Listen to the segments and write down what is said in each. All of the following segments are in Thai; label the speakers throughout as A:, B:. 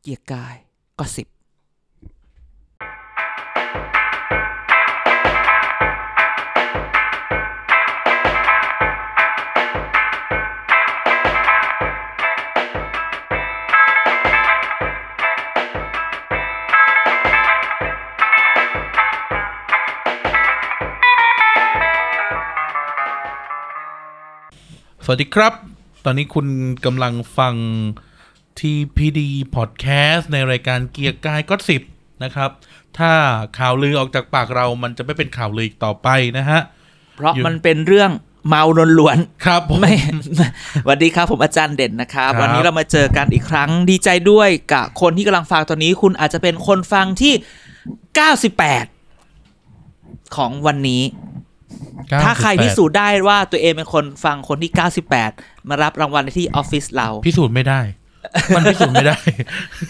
A: เกียร์กายก็สิบ
B: สวัสดีครับ ตอนนี้คุณกำลังฟัง TPD Podcast ในรายการเกียร์กายก็สิบนะครับ ถ้าข่าวลือออกจากปากเรามันจะไม่เป็นข่าวลืออีกต่อไปนะฮะ
A: เพราะ
B: อยู่
A: มันเป็นเรื่องเมาล้วน
B: ครับผม
A: ๆไม่ สวัสดีครับผมอาจารย์เด่นนะครับ
B: ครับ
A: วันนี้เรามาเจอกันอีกครั้งดีใจด้วยกับคนที่กำลังฟังตอนนี้คุณอาจจะเป็นคนฟังที่ 98 ของวันนี้ ถ้าใครพิสูจน์ได้ว่าตัวเองเป็นคนฟังคนที่ 98 มารับรางวัลที่ออฟฟิศเรา
B: พิสูจน์ไม่ได้ มันพิสูจน์ไม่ ได้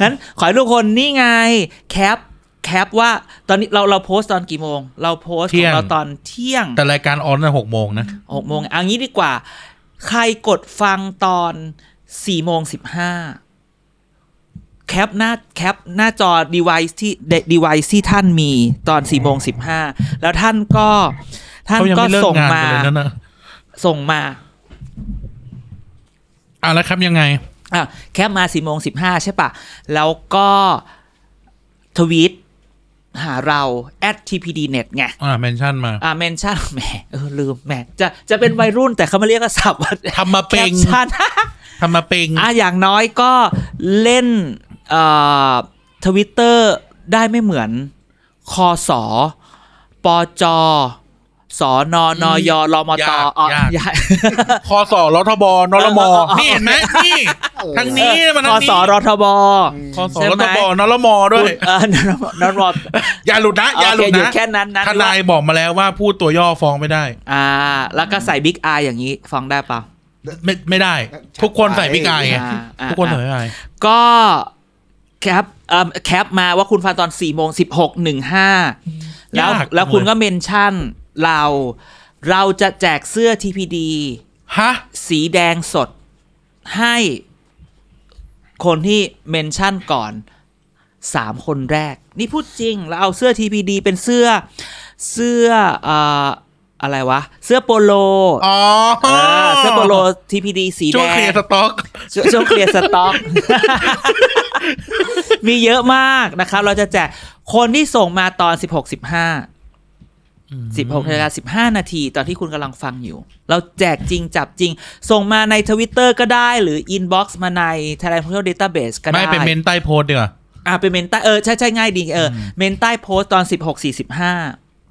A: นั้นขอให้ทุกคนนี่ไงแคปแคปว่าตอนนี้เราเราโพสต์ตอนกี่โมง เราโพสต์ข
B: เที่
A: อย ง
B: ง
A: เราตอนเที่ยง
B: แต่รายการออนน่ะหกโมงนะ
A: หกโมงเอางี้ดีกว่า ใครกดฟังตอนสี่โมงสิบห้าแคปหน้าแคปหน้าจอ device ที่ device ที่ท่านมีตอนสี่โมงสิบห้าแล้วท่านก็ท่าน
B: เขายัง
A: ก็
B: ไม่เลิก
A: ส่ง
B: งาน
A: มา
B: กันเลยนั่นนะ
A: ส่งมา
B: อ่ะแล้วครับยังไง
A: อ่ะแคปมาสี่โมงสิบห้าใช่ปะแล้วก็ทวีตหาเรา at tpdnet ไง
B: อ่าเมนชั่นมา
A: อ่าเมนชั่นแหมเออลืมแหมจะจะเป็นวัยรุ่นแต่เขามาเรียกกระสับว่า
B: ทำมา
A: แค
B: เป็
A: ป
B: ง
A: ชั่น
B: ทำมาเป็ง
A: อ่ะอย่างน้อยก็เล่นเอ่อทวิตเตอร์ได้ไม่เหมือนคอสอปอจอสอนอนอยรมตอ๋อยาก
B: คอสอรทบนรม
A: เออเออเออ
B: นี่เห็นไหมนี่ทางนี้มัน
A: คอ
B: ทางนี้
A: สอรทบ
B: คอสอ
A: ใช่ไหม
B: รทบนรมด้วย
A: เอ อนรมนรม
B: อย่าหลุดนะ อย่าหลุด
A: โเค
B: นะ
A: แค่นั้นนะ
B: ทนายบอกมาแล้วว่าพูดตัวย่อฟ้องไม่ได้
A: อ่า แล้วก็ใส่บิ๊กออย่างนี้ฟังได้เปล่า
B: ไม่ไม่ได้ ทุกคนใส่พี่กายไง
A: อ่าอ่า
B: ทุกคนใส่พี่กาย
A: ก็แคปเอ่อแคปมาว่าคุณฟังตอน4ี่โมงสิบหกหนึ่งห้าแล้ว
B: ยา
A: แล้วคุณก็
B: จังเ
A: เมนชั่นเรา เราจะแจกเสื้อ TPD
B: ยฮะ
A: สีแดงสดให้คนที่เมนชั่นก่อน 3 คนแรก นี่พูดจริง แล้วเอาเสื้อ TPD เป็นเสื้อเสื้อเอ่ออะไรวะ เสื้อโปโล
B: อ๋อ
A: เออเสื้อโปโล TPD สี
B: ช่
A: แด
B: วง
A: ง
B: เคลียร์สต็อก
A: ช่วงช่วงเคลียร์สต็อก มีเยอะมากนะครับ เราจะแจกคนที่ส่งมาตอน 16 15 16นาฬิกา15 นาที ตอนที่คุณกำลังฟังอยู่ เราแจกจริงจับจริง ส่งมาในทวิตเตอร์ก็ได้หรืออินบ็อกซ์มาใน Thailand Social Database ก็ได้
B: ไม่เป็นเมนใต้โพสต์ดีกว่า
A: อ่ะเป็นเมนใต้เออ ใช่ใช่ง่ายดีเอออเมนใต้โพสต์ตอน 16 45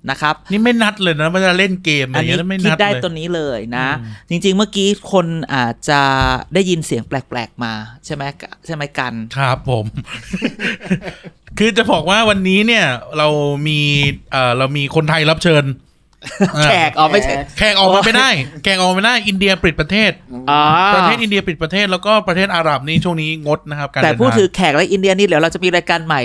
A: นะครับ
B: นี่ไม่นัดเลยนะว่าจะเล่นเกมอะไร
A: อัน
B: อย่าง
A: นี้
B: เงี้ยแล้วไม่
A: คิด
B: นัด
A: ได้
B: เลย
A: ตัวนี้เลยนะ จริง ๆ เมื่อกี้คนอาจจะได้ยินเสียงแปลก ๆ มา ใช่ไหมกะใช่ไหมกัน
B: ครับผม คือจะบอกว่าวันนี้เนี่ย เรามีเอ่อเรามีคนไทยรับเชิญ
A: แขกอ๋อไม่ใช่
B: แขกออกมาไม่ได้ แขกออกมาไม่ได้ อินเดียปิดประเทศ
A: อ๋อ
B: ประเทศอินเดียปิดประเทศแล้วก็ประเทศอาหรับนี่ช่วงนี้งดนะครับ การ
A: แต่พูด
B: เนทาง
A: ถึงแขกและอินเดียนี่เดี๋ยวเราจะมีรายการใหม่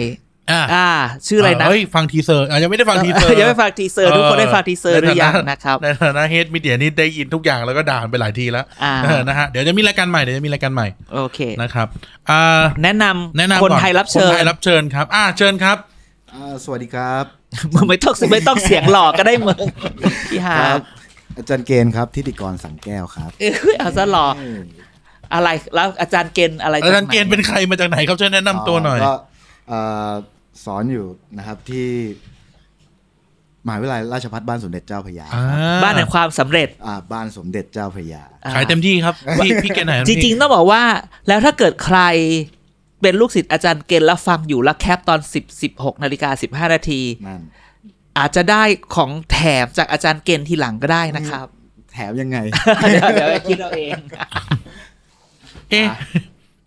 B: อ่า
A: อ่า ชื่ออะไรนะ
B: เฮ้ย ฟังทีเซอร์อ่ะยังไม่ได้ฟังทีเซอร์
A: ยังไม่ฟังทีเซอร์ ทุกคนได้ฟังทีเซอร์หรือยังนะครับ
B: ในฐานะเฮดมีเดียนี่ได้ยินทุกอย่างแล้วก็ด่ามันไปหลายทีแล้ว
A: อ่า
B: เออนะฮะเดี๋ยวจะมีรายการใหม่เดี๋ยวจะมีรายการใหม่
A: โอเค
B: นะครับอ่า
A: แนะน
B: แนะ
A: ำ
B: นำ
A: คน
B: ก่อ
A: ไทยรับเชิ
B: คน
A: ญ
B: ไทยรับเชิญครับ อ่าเชิญครับ
C: อ่าสวัสดีครับ
A: มึง ไม่ต้องไม่ต้องเสียงหลอกก็ได้มึงพี่ฮา
C: ครับ บ อาจารย์เกณฑ์ครับทิติกรสังแก้วครับ
A: เอ้ยเอาซะหลอกอะไรแล้วอาจารย์เกณฑ์อะไร
B: อาจารย์
A: ไหน
B: เกณฑ์เป็นใครมาจากไหนครับช่วยแนะนำตัวหน่อย
C: ก็เอ่อสอนอยู่นะครับที่มหาวิทยาลัยราชภัฏบ้านสมเด็จเจ้าพระยา
B: อ่า
A: บ้านแห่งความสำเร็จ
C: อ่าบ้านสมเด็จเจ้าพระยา
A: อ่า
B: ขายเต็มที่ครับ พี่พี่เกณฑ์ไหน
A: จริงๆต้องบอกว่าแล้วถ้าเกิดใครเป็นลูกศิษย์อาจารย์เกณฑ์แล้วฟังอยู่แล้วแคปตอน 10 16นาฬิกา15 นาที
C: นั่น
A: อาจจะได้ของแถมจากอาจารย์เกณฑ์ทีหลังก็ได้นะครับ
C: แถมยังไง
A: เดี๋ยวเดี๋ยวไปคิดเอาเอง
B: เอ๊ะ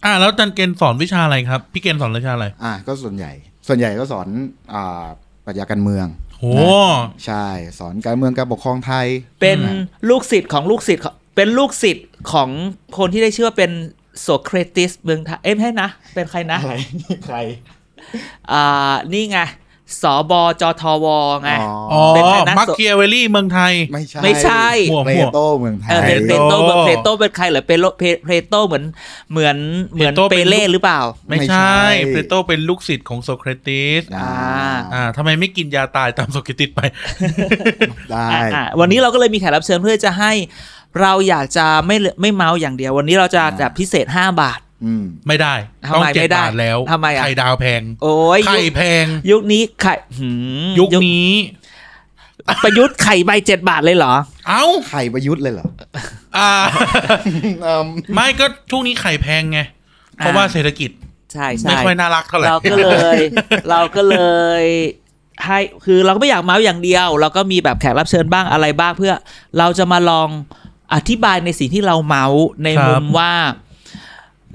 B: อ่าแล้วอาจารย์เกณฑ์สอนวิชาอะไรครับ พี่เกณฑ์สอนวิชาอะไร
C: อ่าก็ส่วนใหญ่ ส่วนใหญ่ก็สอนอ่าปรัชญาการเมือง
B: โอ้
C: ใช่ สอนการเมืองการปกครองไทย
A: เป็นลูกศิษย์ของลูกศิษย์ของเป็นลูกศิษย์ของคนที่ได้ชื่อว่าเป็นโสเครติสเมืองไทยเอ้ยไม่ใช่นะ เป็นใครนะ
C: อะไร ใคร
A: อ่านี่ไง สบจทวไง
B: อ๋อ
A: เป็นไทยนะ
B: มาร์เกียเวลลี่เมืองไทย
C: ไม่ใช่
A: ไม่ใช่
B: มั่ว
C: เปโตเมืองไท
A: เออย เพ
B: ไท
A: เพ
B: ย
A: โตเหมือน
B: โล
A: เพโตเป็นใครเหรอเปโลเพเพโตเหมือนเหมือนเหมือน
B: เพโต
A: เป
B: เป็น
A: เล่
B: ลูก
A: หรือเปล่า
B: ไม่
C: ไม่ใช่
B: ใช่เพลโตเป็นลูกศิษย์ของโซเครติส
A: อ่า
B: อ่าทำไมไม่กินยาตายตามโซเครติสไป
C: ได้
A: อ่ะอ่ะวันนี้เราก็เลยมีแขกรับเชิญเพื่อจะให้เราอยากจะไม่เหลือไม่เมาส์อย่างเดียว วันนี้เราจะ
C: อ่า
A: แบบพิเศษ 5 บาท
C: อืม
B: ไม่ได้
A: ทำไม
B: ต้องเจ็ด
A: ไม่ได้
B: บาทแล้ว
A: ทำไมอ่ะ
B: ไข่ดาวแพง
A: โอ้ย
B: ไข่
A: ยุค
B: แพง
A: ยุคนี้ไข่หืม
B: ยุคนี้
A: ประยุทธ์ไข่ใบเจ็ดบาทเลยเหรอ
B: เอ้า
C: ไข่ประยุทธ์เลยเหรอ
B: อ่า
C: อืม
B: ไม่ก็ช่วงนี้ไข่แพงไง เพราะว่าเศรษฐกิจ
A: ใช่ใช่
B: ไม่ค่อยน่ารักเท่าไหร่
A: เราก็เลย เราก็เลยให้คือเราก็ไม่อยากเมาส์อย่างเดียว เราก็มีแบบแขกรับเชิญบ้างอะไรบ้างเพื่อเราจะมาลองอธิบายในสิ่งที่เราเมาส์ใน
B: ครับ
A: มุมว่า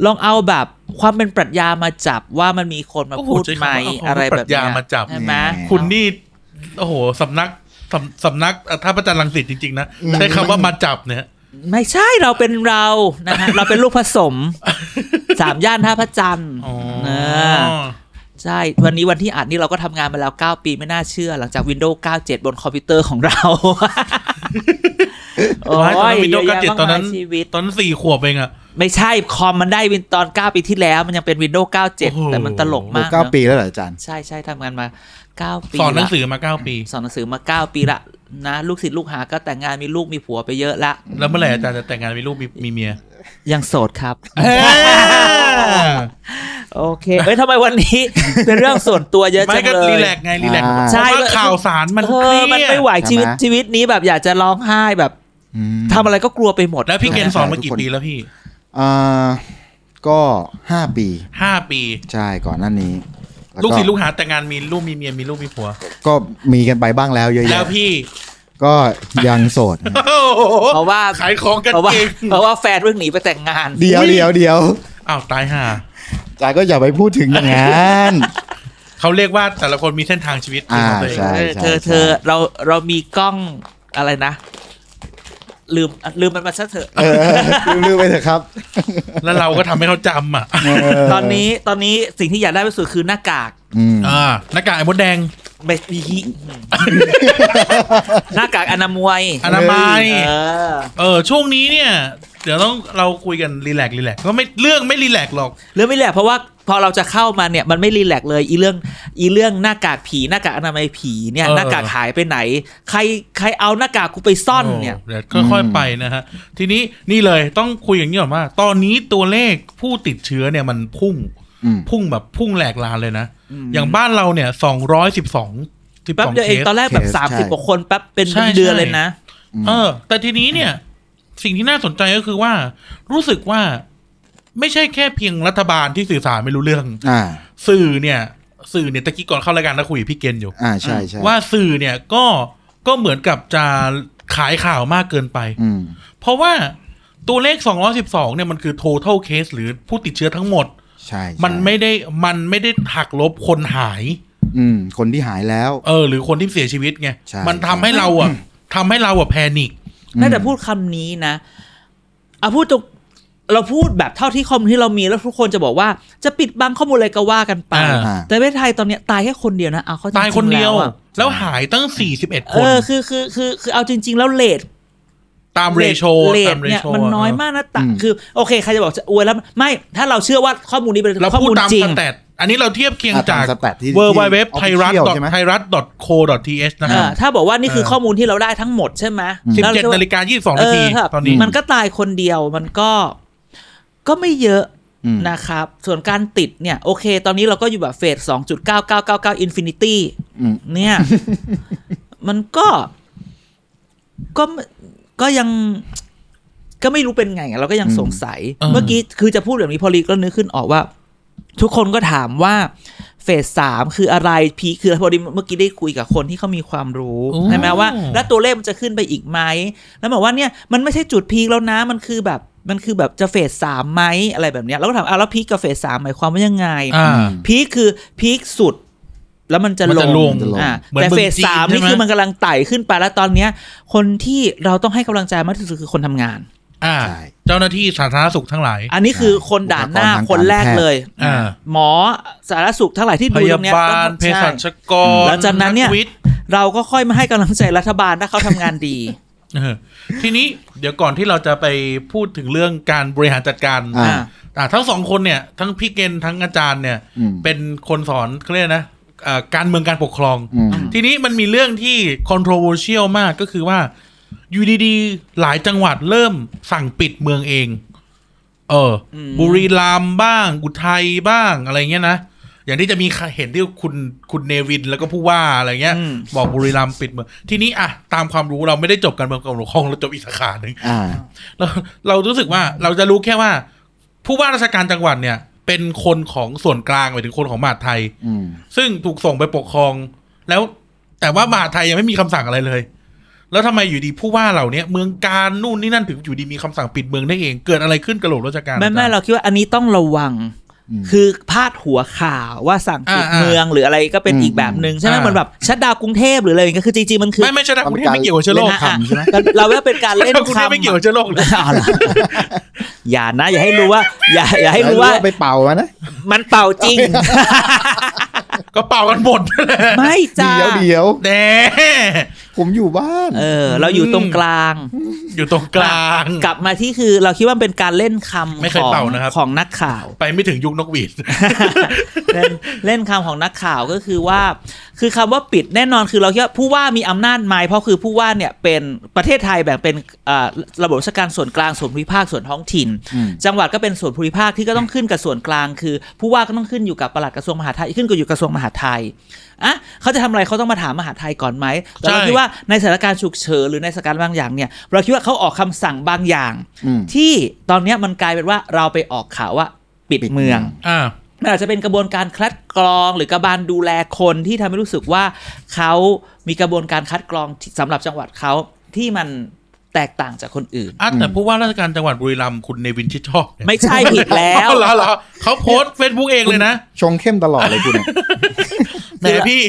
A: ลองเอาแบบความเป็นปรัชญามาจับว่ามันมีคนมา
B: โอ้โห
A: พูด
B: ใช้คำ
A: ไหม
B: ว่าเอาความ
A: อะไร
B: เป็
A: แบ
B: นปรับ ชญา
A: เนี้ย
B: มาจับ
A: ใช่ไหม
C: แหม
B: คุณนี่ โอ้โหสำนักสำสำนักอ่ะถ้าประจันรังสิตจริง ๆ นะ
C: อืม
B: ใช้คำว่ามาจับเนี่ย
A: ไม่ใช่เราเป็นเรานะฮะ เราเป็นลูกผสม สามย่านท่าพระจันทร์
B: อ๋อ
A: เออ ใช่ วันนี้วันที่อัดนี่เราก็ทำงานมาแล้ว 9 ปีไม่น่าเชื่อ หลังจาก Windows 97 บนคอมพิวเตอร์ของเรา โอ้
B: ว้าย
A: ย
B: ตอนนั้น Windows
A: เยอะแยะ
B: 97ตอนนั้น
A: มากมายชีวิต
B: ตอนนั้นสี่ขวบเองอะ
A: ไม่ใช่คอมมันได้วินตอน 9 ปีที่แล้ว มันยังเป็น Windows
B: โอ้โห
A: 97 แต่มันตลก
C: โอ้
A: มาก
C: เก้า
A: นะ
C: ปีแล้วเหรออาจารย์
A: ใช่ใช่ทำงานมา 9 ปี
B: สอนหนัง
A: ละ
B: สือมาเก้าปี
A: สอนหนังสือมา 9 ปีละนะ ลูกศิษย์ลูกหาก็แต่งงานมีลูกมีผัวไปเยอะละ
B: แล้วเมื่อไหร่อาจารย์จะแต่งงานมีลูกมีมีเมีย
A: ยังโสด ครับ
B: เอ้ย
A: โอเคเอ้ยทำไมวันนี้ เป็นเรื่องส่วนตัวเยอะ
B: ไม่
A: จัง
B: ก็
A: เล
B: รี
A: ย
B: แลกซ์ไงรีแลกซ์
C: อ่า
A: ใช่
B: เพราะว่าข่าวสารมัน
A: เอ
B: เครี
A: อย
B: ด
A: มันไม่ไหว
C: ใช่
A: ชี
C: ไหม
A: วิตชีวิตนี้แบบอยากจะร้องไห้แบบ
C: อืม
A: ทำอะไรก็กลัวไปหมด
B: แล้วพี่เกณฑ์สอนมากี่ปีแล้วพี่
C: อ่าก็ห้าปี
B: ห้าปี
C: ใช่ก่อนหน้านี้แว
B: ลูกศิษย์ลูกหาแต่งงานมีลูกมีเมียมีลูกมีผัว
C: ก็มีกันไปบ้างแล้วเยอะ
B: แล้ว
C: แยะ
B: พี่
C: ก็ยังโสด
B: โอ้โห
A: เพราะว่า
B: ขายของกัน
A: เพราะว่า
B: เก่ง
A: เพราะว่าแฟนเพิ่งหนีไปแต่งงาน
C: เดียวเดียวเดียว
B: อ้าวตายห่า
C: อาจารย์ก็อย่าไปพูดถึงอย่างนั้น
B: เขาเรียกว่าแต่ละคนมีเส้นทางชีวิตเป็นของตัวเอง
C: อ่า
A: เออ
C: ใช่
A: เธอ
C: ใช่
A: เธอเราเรามีกล้องอะไรนะ ลืมลืมมันมาซะเถอะ
C: เออลืมๆไปเถอะ ครับ
B: แล้วเราก็ทำให้เขาจำอ่ะ
C: เ
A: ตอนนี้ตอนนี้สิ่งที่อยากได้ที่สุดคือหน้ากาก
C: อืม
B: อ่าหน้ากากไอ้มดแดง
A: ไม่ มีหิหน้ากากอนามัย
B: อนามัย
A: เออ
B: เออช่วงนี้เนี่ย เดี๋ยวต้องเราคุยกันรีแลกซ์รีแลกซ์ก็ไม่เรื่องไม่รีแลกซ์หรอก
A: เรื่องไม่แหละเพราะว่าพอเราจะเข้ามาเนี่ยมันไม่รีแลกซ์เลย อีเรื่องอีเรื่องหน้ากากผีหน้ากากอนามัยผีเนี่ย
B: เออ
A: หน้ากากหายไปไหน ใครใครเอาหน้ากากกูไปซ่อนเนี่ย
B: เดี๋ยวค่อย
C: อืม
B: ๆไปนะฮะ ทีนี้นี่เลยต้องคุยอย่างนี้ก่อนว่า ตอนนี้ตัวเลขผู้ติดเชื้อเนี่ยมันพุ่ง
C: อืม
B: พุ่งแบบพุ่งแหลกลานเลยนะ
A: อืม
B: อย่างบ้านเราเนี่ยสองร้อยสิบสองสิบ
A: แป๊บ
B: สอง
A: เดียว
B: เค
A: เอง
B: ส
A: ตอนแรกแบบ
C: เคส
A: สามสิบ
C: ใช่
A: กว่าคนแป๊บเป็น
B: ใช่
A: เดือน
B: ใช่
A: เลยนะ
B: เออ แต่ทีนี้เนี่ย สิ่งที่น่าสนใจก็คือว่า รู้สึกว่าไม่ใช่แค่เพียงรัฐบาลที่สื่อสารไม่รู้เรื่อง
C: อ่า
B: สื่อเนี่ย สื่อเนี่ยตะกี้ก่อนเข้ารายการนะคุยกับพี่เกณฑ์อยู่
C: อ่าใช่ใช่
B: ว่าสื่อเนี่ยก็ก็เหมือนกับจะขายข่าวมากเกินไป
C: อืม
B: เพราะว่าตัวเลข 212 เนี่ยมันคือ total case หรือผู้ติดเชื้อทั้งหมด
C: ใช่ใช่
B: มันไม่ได้มันไม่ได้หักลบคนหาย
C: อืม คนที่หายแล้ว
B: เออ หรือคนที่เสียชีวิตไง
C: ใช่
B: มันทำให้เราอ่ะทำให้เราอ่ะแพนิค
A: แม้แต่พูดคำนี้นะเอาพูดตรงเราพูดแบบเท่าที่ข้อมูลที่เรามีแล้วทุกคนจะบอกว่า จะปิดบังข้อมูลอะไรก็ว่ากันไป
B: อ่า
A: แต่ประเทศไทยตอนเนี้ยตายแค่คนเดียวนะเอาเขาจริงๆ
B: ตายคนเดียว
A: แล้อะ
B: แล้วหายตั้ง 41 ค
A: เอน อคือคือคือคือเอาจริง ๆ แล้วเลท
B: ตามเรโช
A: เล
B: ตา
A: ท
B: มเร
A: เนี่ย
B: โช
A: มันน้อยมากนะตะ
C: อืม
A: คือ โอเคใครจะบอกจะอวยแล้วไม่ถ้าเราเชื่อว่าข้อมูลนี้เป็น
B: เรา
A: ข้อ
B: พูด
A: มูล
B: ตาม
A: จริ
B: ส
A: ง
B: แตทอันนี้เราเทียบเคียง
C: อ่ะต
B: จาก
C: มสแตท
B: w
C: ที่ที่
B: w w t h a i r a t
C: official ใช่ไหม
B: t h a i r a t c o t h นะ
A: เอ
B: ฮะ
A: อถ้าบอกว่านี่คือ
B: เออ
A: ข้อมูลที่เราได้ทั้งหมดใช่ไหม
B: สิบ
A: แล้ว
B: เจ็ด
A: เชื่อว่
B: นาฬิกายี่สิบสอง
A: เ
B: นาที
A: ครับ
B: ตอนนี้
A: มันก็ตายคนเดียวมันก็ก็ไม่เยอะ
C: อืม
A: นะครับ ส่วนการติดเนี่ยโอเค ตอนนี้เราก็อยู่แบบเฟสสองจุดเก้าเก้าเก้าเก้าอินฟินิตี้
C: อืม
A: เนี่ย มันก็ก็ไม่ก็ยัง ก็ไม่รู้เป็นไงอะเราก็ยัง
C: อืม
A: สงสัย
B: เออ
A: เมื่อกี้คือจะพูดแบบนี้พอลีก็นึกขึ้นออกว่า ทุกคนก็ถามว่าเฟสสามคืออะไรพีคคืออะไรพอดีเมื่อกี้ได้คุยกับคนที่เขามีความรู้
B: โอ้
A: ใช่ไหมว่า แล้วตัวเลขมันจะขึ้นไปอีกไหมแล้วบอกว่าเนี่ยมันไม่ใช่จุดพีคแล้วนะ มันคือแบบมันคือแบบจะเฟสสามไหมอะไรแบบเนี้ยเราก็ถามเอาแล้วพีคกับเฟสสามหมายความว่ายังไง
B: อ่า
A: พีคคือพีคสุด แล้วมันจะ
B: มัน
A: ล
B: จะ
A: ง
B: ลง
C: จะลง
A: อ่า
B: เหมือน
A: แต่
B: เมือง
A: เฟส
B: จีน
A: สาม
B: ใช่
A: นี่
B: ไหม
A: คือมันกำลังไต่ขึ้นไปแล้วตอนเนี้ย คนที่เราต้องให้กำลังใจมากที่สุดคือคนทำงาน
B: อ่า
C: ใช่
B: เจ้าหน้าที่สาธารณสุขทั้งหลาย
A: อันนี้คือคนด่านหน้าคนแรกเลย
B: อ่า
A: หมอสาธารณสุขทั้งหลายที่
B: พ
A: ดูต
B: ยา
A: รงเนี้ย
B: บา
A: ก็
B: ลเภ
A: ใช่
B: สัชกร
A: แล้วจากนั้นเนี่ย
B: กวิทย์
A: เราก็ค่อยมาให้กำลังใจรัฐบาลถ้าเขาทำงานดี
B: เออทีนี้เดี๋ยวก่อนที่เราจะไปพูดถึงเรื่องการบริหารจัดการ
C: อ่า
B: อ่าทั้งสองคนเนี่ย ทั้งพี่เกณฑ์ทั้งอาจารย์เนี่ย
C: อืม
B: เป็นคนสอนเขาเรียกนะเอ่อการเมืองการปกครอง
C: อืม
B: ทีนี้มันมีเรื่องที่ controversial มากก็คือว่า อยู่ดีๆ หลายจังหวัดเริ่มสั่งปิดเมืองเอง เอออ
A: ม
B: บุรีรัมย์บ้าง อุทัยบ้างอะไรเงี้ยนะ อย่างที่จะมีเห็นที่คุณคุณเนวินแล้วก็ผู้ว่าอะไรเงี้ย
A: อืม
B: บอกบุรีรัมย์ปิดเมือง ทีนี้อะตามความรู้เราไม่ได้จบการเมืองการปกครองเราจบอีกสาขาหนึ่ง
C: อ่า
B: เราเรารู้สึกว่าเราจะรู้แค่ว่า ผู้ว่าราชการจังหวัดเนี่ย เป็นคนของส่วนกลางหมายถึงคนของมหาดไทย
C: อืม
B: ซึ่งถูกส่งไปปกครอง แล้วแต่ว่ามหาดไทยยังไม่มีคำสั่งอะไรเลย แล้วทำไมอยู่ดีผู้ว่าเหล่าเนี้ยเมืองการนู่นนี่นั่นถึงอยู่ดีมีคำสั่งปิดเมืองได้เอง เกิดอะไรขึ้นกระโหลกราชการ
A: แม่แม่
B: อจย์
A: เราคิดว่าอันนี้ต้องระวัง
C: อืม
A: คือพาดหัวข่าวว่าสั่งปิด
B: อ่าๆ
A: เมืองหรืออะไรก็เป็น
C: อืม
A: อีกแบบหนึ่งใช่ไหม
B: อ่า
A: เหมือนแบบชัดดาวน์กรุงเทพหรืออะไรอย่างเงี้ยคือจริงๆมันคือ
B: ไม่ไม่ใช่นะกรุงเทพไม่เกี่ยวกับเชื้อโรค
A: ล่น
B: ครับ
A: อ่ะเราว่าเป็นการเล่น
B: กรุงเทพ
A: คำ
B: ไม่เกี่ยวกับเชื้อโรคเลย
A: อ๋อเหรอ อย่านะ อย่าให้รู้ว่า อย่าอย่าให้รู้ว่า
C: ไปเป่ามานะ
A: มันเป่า จริง
B: ก็เป่ากันหมดนั่นแหละ
A: ไม่จ้า
C: เดี๋ยวเดี๋ยว
B: แน่
C: ผมอยู่บ้าน
A: เออ เราอยู่ตรงกลาง
B: อยู่ตรงกลาง
A: กลับมาที่คือเราคิดว่ามันเป็นการเล่นคำ
B: ไม่เคย
A: ของ
B: เป่านะครับ
A: ของนักข่าว
B: ไปไม่ถึงยุคนกหวีด
A: เล่น เล่นคำของนักข่าวก็คือว่า คือคำว่าปิดแน่นอนคือเราคิดว่าผู้ว่ามีอำนาจไหมเพราะคือผู้ว่าเนี่ยเป็นประเทศไทยแบ่งเป็นอ่าระบบราชการส่วนกลางส่วนภูมิภาคส่วนท้องถิ่น
C: อืม
A: จังหวัดก็เป็นส่วนภูมิภาคที่ก็ต้องขึ้นกับส่วนกลางคือ ผู้ว่าก็ต้องขึ้นอยู่กับปลัดกระทรวงมหาดไทยขึ้นกับอยู่กระทรวงมหาดไทยอ่ะเขาจะทำอะไรเขาต้องมาถามมหาดไทยก่อนไหมแต่เรา
B: ใช่
A: คิดว่าในสถานการณ์ฉุกเฉินหรือในสถานการณ์บางอย่างเนี่ยเราคิดว่าเขาออกคำสั่งบางอย่าง
C: อืม
A: ที่ตอนเนี้ยมันกลายเป็นว่าเราไปออกข่าวว่าปิด
C: ปิดเมื
A: เมือ
C: อง ง
B: อ่า
A: มันอาจจะเป็นกระบวนการคัดกรอง หรือกระบานดูแลคนที่ทำให้รู้สึกว่าเขามีกระบวนการคัดกรองที่สำหรับจังหวัดเขาที่มันแตกต่างจากคนอื่น
B: อ่ะแต่ผู้ว่าราชการจังหวัดบุรีรัมย์คุณเนวินชิดชอบเนี่ย
A: ไม่ใช่ผิดแล้ว
B: เอาเหรอเหรอเขาโพสเฟซบุ๊กเองเลยนะ
C: ชงเข้มตลอดเลยคุณเนี่ย
B: แหมพี่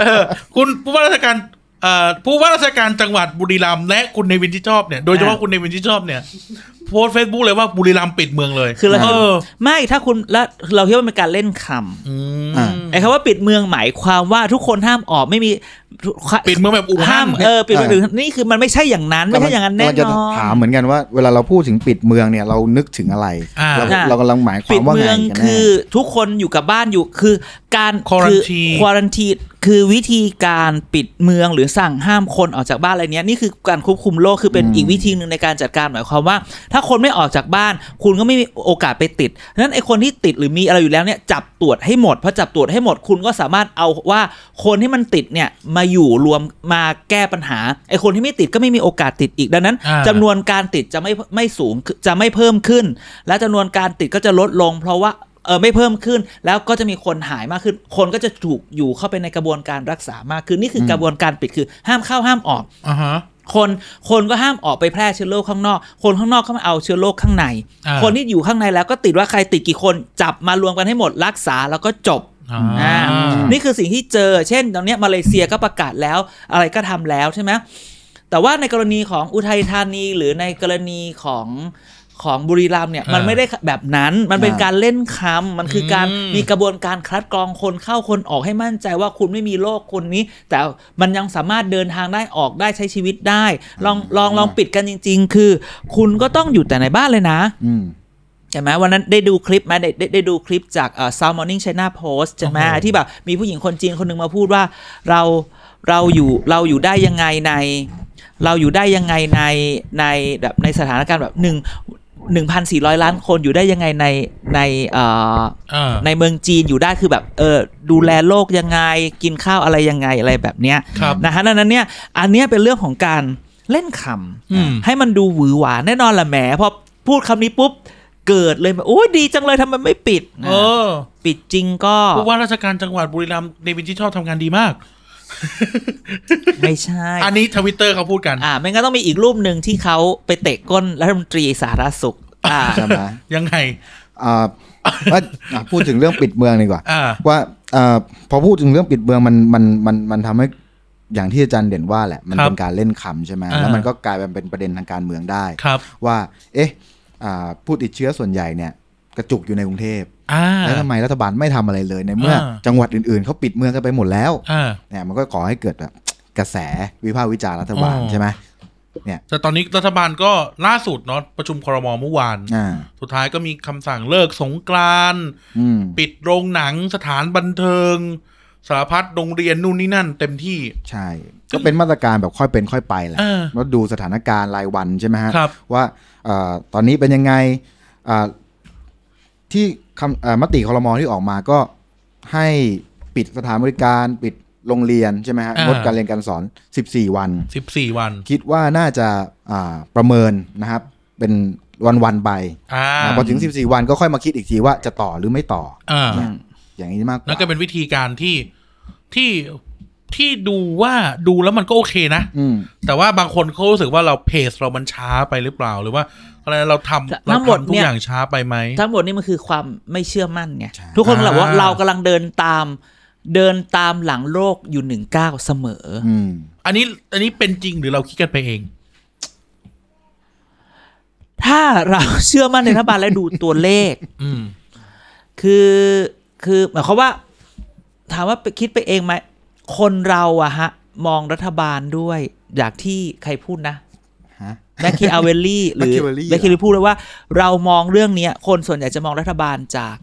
B: เออคุณผู้ว่าราชการเอ่อผู้ว่าราชการจังหวัดบุรีรัมย์และคุณเนวินชิดชอบเนี่ยโดยเฉพาะ
A: อ่ะ
B: คุณเนวินชิดชอบเนี่ยโพสเฟซบุ๊กเลยว่าบุรีรัมย์ปิดเมืองเลย
A: คือเรา
B: เอ
A: คิด
B: อ
A: ไม่ถ้าคุณแล้วเราคิดว่ามันเป็นการเล่นคำ
B: อืม
C: อ่ะ
A: ไอ้คำว่าปิดเมืองหมายความว่าทุกคนห้ามออกไม่มีทุก
B: ปิดเมืองแบบอุ
A: ห้า
B: ห้าม ม
A: เออปิดเมืองนี่คือมันไม่ใช่อย่างนั้นไม่ใช่อย่างนั้นแน่
C: กำลัจะ
A: นอน
C: ถามเหมือนกันว่าเวลาเราพูดถึงปิดเมืองเนี่ยเรานึกถึงอะไร
B: อ่า
C: เรา
A: อ่ะ
C: เรากำลังหมายควา
A: ปิ
C: ม
A: ด
C: ว่าไง
A: เมือง
C: กัน
A: คื
C: แน่
A: อทุกคนอยู่กับบ้านอยู่คือการคื
B: Quarantine
A: ควอรันทีคือวิธีการปิดเมืองหรือสั่งห้ามคนออกจากบ้านอะไรเนี้ยนี่คือการควบคุมโรคคือเป็น
C: อืม
A: อีกวิธีหนึ่งในการจัดการหมายความว่า ถ้าคนไม่ออกจากบ้าน คุณก็ไม่มีโอกาสไปติดฉะนั้นไอคนที่ติดหรือมีอะไรอยู่แล้วเนี่ยจับตรวจให้หมดพอจับตรวจให้หมดคุณก็สามารถเอาว่าคนที่มันติดเนี่ยมาอยู่รวมมาแก้ปัญหาไอคนที่ไม่ติดก็ไม่มีโอกาสติดอีกดังนั้น
B: อ่า
A: จำนวน จำนวนการติดจะไม่ไม่สูงคือจะไม่เพิ่มขึ้น และจำนวนการติดก็จะลดลง เพราะว่าเออไม่เพิ่มขึ้น แล้วก็จะมีคนหายมากขึ้น คนก็จะถูกอยู่เข้าไปในกระบวนการรักษามากขึ้นนี่คืออกระบวนการปิดคือห้ามเข้าห้ามออก
B: อ่าฮะ
A: คนคนก็ห้ามออกไปแพร่เชื้อโรคข้างนอก คนข้างนอกก็มาเอาเชื้อโรคข้างใน
B: อ่า
A: คนที่อยู่ข้างในแล้วก็ติดว่าใครติดกี่คนจับมารวมกันให้หมดรักษาแล้วก็จบ
B: อ่า
A: อ่านี่คือสิ่งที่เจอ เช่น ตอนเนี้ยมาเลเซียก็ประกาศแล้ว อะไรก็ทำแล้วใช่ไหม แต่ว่าในกรณีของอุทัยธานีหรือในกรณีของของบุรีรัมย์เนี่ย
B: อ่ามั
A: มันไม่ได้แบบนั้น มันเป็น
C: อ่า
A: การเล่นคำมันคือการ
B: อืม
A: มีกระบวนการคัดกรองคนเข้าคนออกให้มั่นใจว่าคุณไม่มีโรคคนนี้ แต่มันยังสามารถเดินทางได้ออกได้ใช้ชีวิตได้ ลองลองลองปิดกันจริง ๆ คือ คุณก็ต้องอยู่แต่ในบ้านเลยนะ
C: อืม
A: ใช่ไหมวันนั้นได้ดูคลิปไหมได้ได้ได้ดูคลิปจากเอ่อ Sound Morning China Post ใช่ไหม
B: โอ้โห
A: ที่แบบมีผู้หญิงคนจีนคนหนึ่งมาพูดว่าเราเราอยู่เราอยู่ได้ยังไงใน เราอยู่ได้ยังไงในในแบบในสถานการณ์แบบหนึ่งหนึ่งพันสี่ร้อยล้านคนอยู่ได้ยังไงในในเอ่อ
B: อ่า
A: ในเมืองจีนอยู่ได้คือแบบเออดูแลโลกยังไงกินข้าวอะไรยังไงอะไรแบบเนี้ย
B: ครับ
A: นะฮะดังนั้นเนี่ยอันเนี้ยเป็นเรื่องของการเล่นคำ
B: อืม
A: ให้มันดูหวือหวาแน่นอนละแหมพอพูดคำนี้ปุ๊บ เกิดเลยแบบโอ้ยดีจังเลยทำไมไม่ปิดนะ
B: เออ
A: ปิดจริงก็
B: ผู้ว่าราชการจังหวัดบุรีรัมย์เนวินชิดชอบทำงานดีมาก
A: ไม่ใช่
B: อันนี้ทวิตเตอร์เขาพูดกัน
A: อ่าไม่งั้นต้องมีอีกรูปหนึ่งที่เขาไปเตะก้นรัฐมนตรีสาธารณสุขอ่า
C: ใช่ไหม
B: ยังไง
C: อ่าว่าอ่ะพูดถึงเรื่องปิดเมืองดีกว่า
B: อ่า
C: ว่าเอ่อพอพูดถึงเรื่องปิดเมืองมันมันมันมันทำให้ อย่างที่อาจารย์เด่นว่าแหละ มั
B: ค
C: น
B: รับ
C: เป็นการเล่นคำใช่ไหม
B: อ่า
C: แล้วมันก็กลายเป็นประเด็นทางการเมืองได้
B: ครับ
C: ว่า เอ๊ะอ่าผู้ติดเชื้อส่วนใหญ่เนี่ยกระจุกอยู่ในกรุงเทพ
B: อ่า
C: แล้วทำไมรัฐบาลไม่ทำอะไรเลยในเมื่อ
B: อ่า
C: จังหวัดอื่นๆเขาปิดเมืองกันไปหมดแล้ว
B: อ่า
C: เนี่ยมันก็ก่อให้เกิดแบบกระแสวิพากษ์วิจารณ์รัฐบาล
B: อ๋อ
C: ใช่ไหม
B: แต่ตอนนี้รัฐบาลก็ล่าสุดเนาะประชุมครมเมื่อวาน
C: อ่า
B: สุดท้ายก็มีคำสั่งเลิกสงกรานต์
C: อืม
B: ปิดโรงหนังสถานบันเทิง สารพัดโรงเรียนนู่นนี่นั่น เต็มที่
C: ใช่ ก็เป็นมาตรการแบบค่อยเป็นค่อยไปแหละ
B: เออ
C: แล้วดูสถานการณ์รายวันใช่ไหมฮะ
B: ครับ
C: ว่าเอ่อตอนนี้เป็นยังไงอ่าที่คำเอ่อมติคอรมอที่ออกมาก็ให้ปิดสถานบริการปิดโรงเรียนใช่ไหมฮะ
B: อ่าง ง
C: ดการเรียนการสอน 14 วัน
B: สิบสี่วัน
C: คิดว่าน่าจะอ่าประเมินนะครับ เป็นวันๆไป
B: อ่า
C: พอถึง 14 วันก็ค่อยมาคิดอีกทีว่าจะต่อหรือไม่ต่อ
B: อ่า
C: เนี่ยอย่างนี้มากกว่า
B: นั่นก็เป็นวิธีการที่ที่ที่ดูว่าดูแล้วมันก็โอเคนะ
C: อืม
B: แต่ว่าบางคนเขารู้สึกว่าเราเพจเรามันช้าไปหรือเปล่าหรือว่าอะไรเราทำ
A: ทั้
B: เรา
A: งหมด
B: ทำทุ
A: เนี่ย
B: กอย่างช้าไปไหม
A: ทั้งหมดนี่มันคือความไม่เชื่อมั่นไง
C: ใช่
A: ทุกคนก็แบบว่า
B: อ่า
A: เรากำลังเดินตาม เดินตามหลังโลกอยู่หนึ่งเก้าเสมออ
C: อืม
B: อันนี้อันนี้เป็นจริงหรือเราคิดกันไปเอง
A: ถ้าเราเชื่อมั่นในรัฐบาลและดูตัวเลข
B: อืม
A: คือคือหมายความว่า ถามว่าไปคิดไปเองไหมคนเราอะฮะ มองรัฐบาลด้วย อยากที่ใครพูดนะ
C: ฮะ
A: แมคคิอาเวล ลี่ หรือ
C: Machiavelli
A: แมคคิลพูดเลยว่า เรามองเรื่องเนี้ย คนส่วนใหญ่จะมองรัฐบาลจาก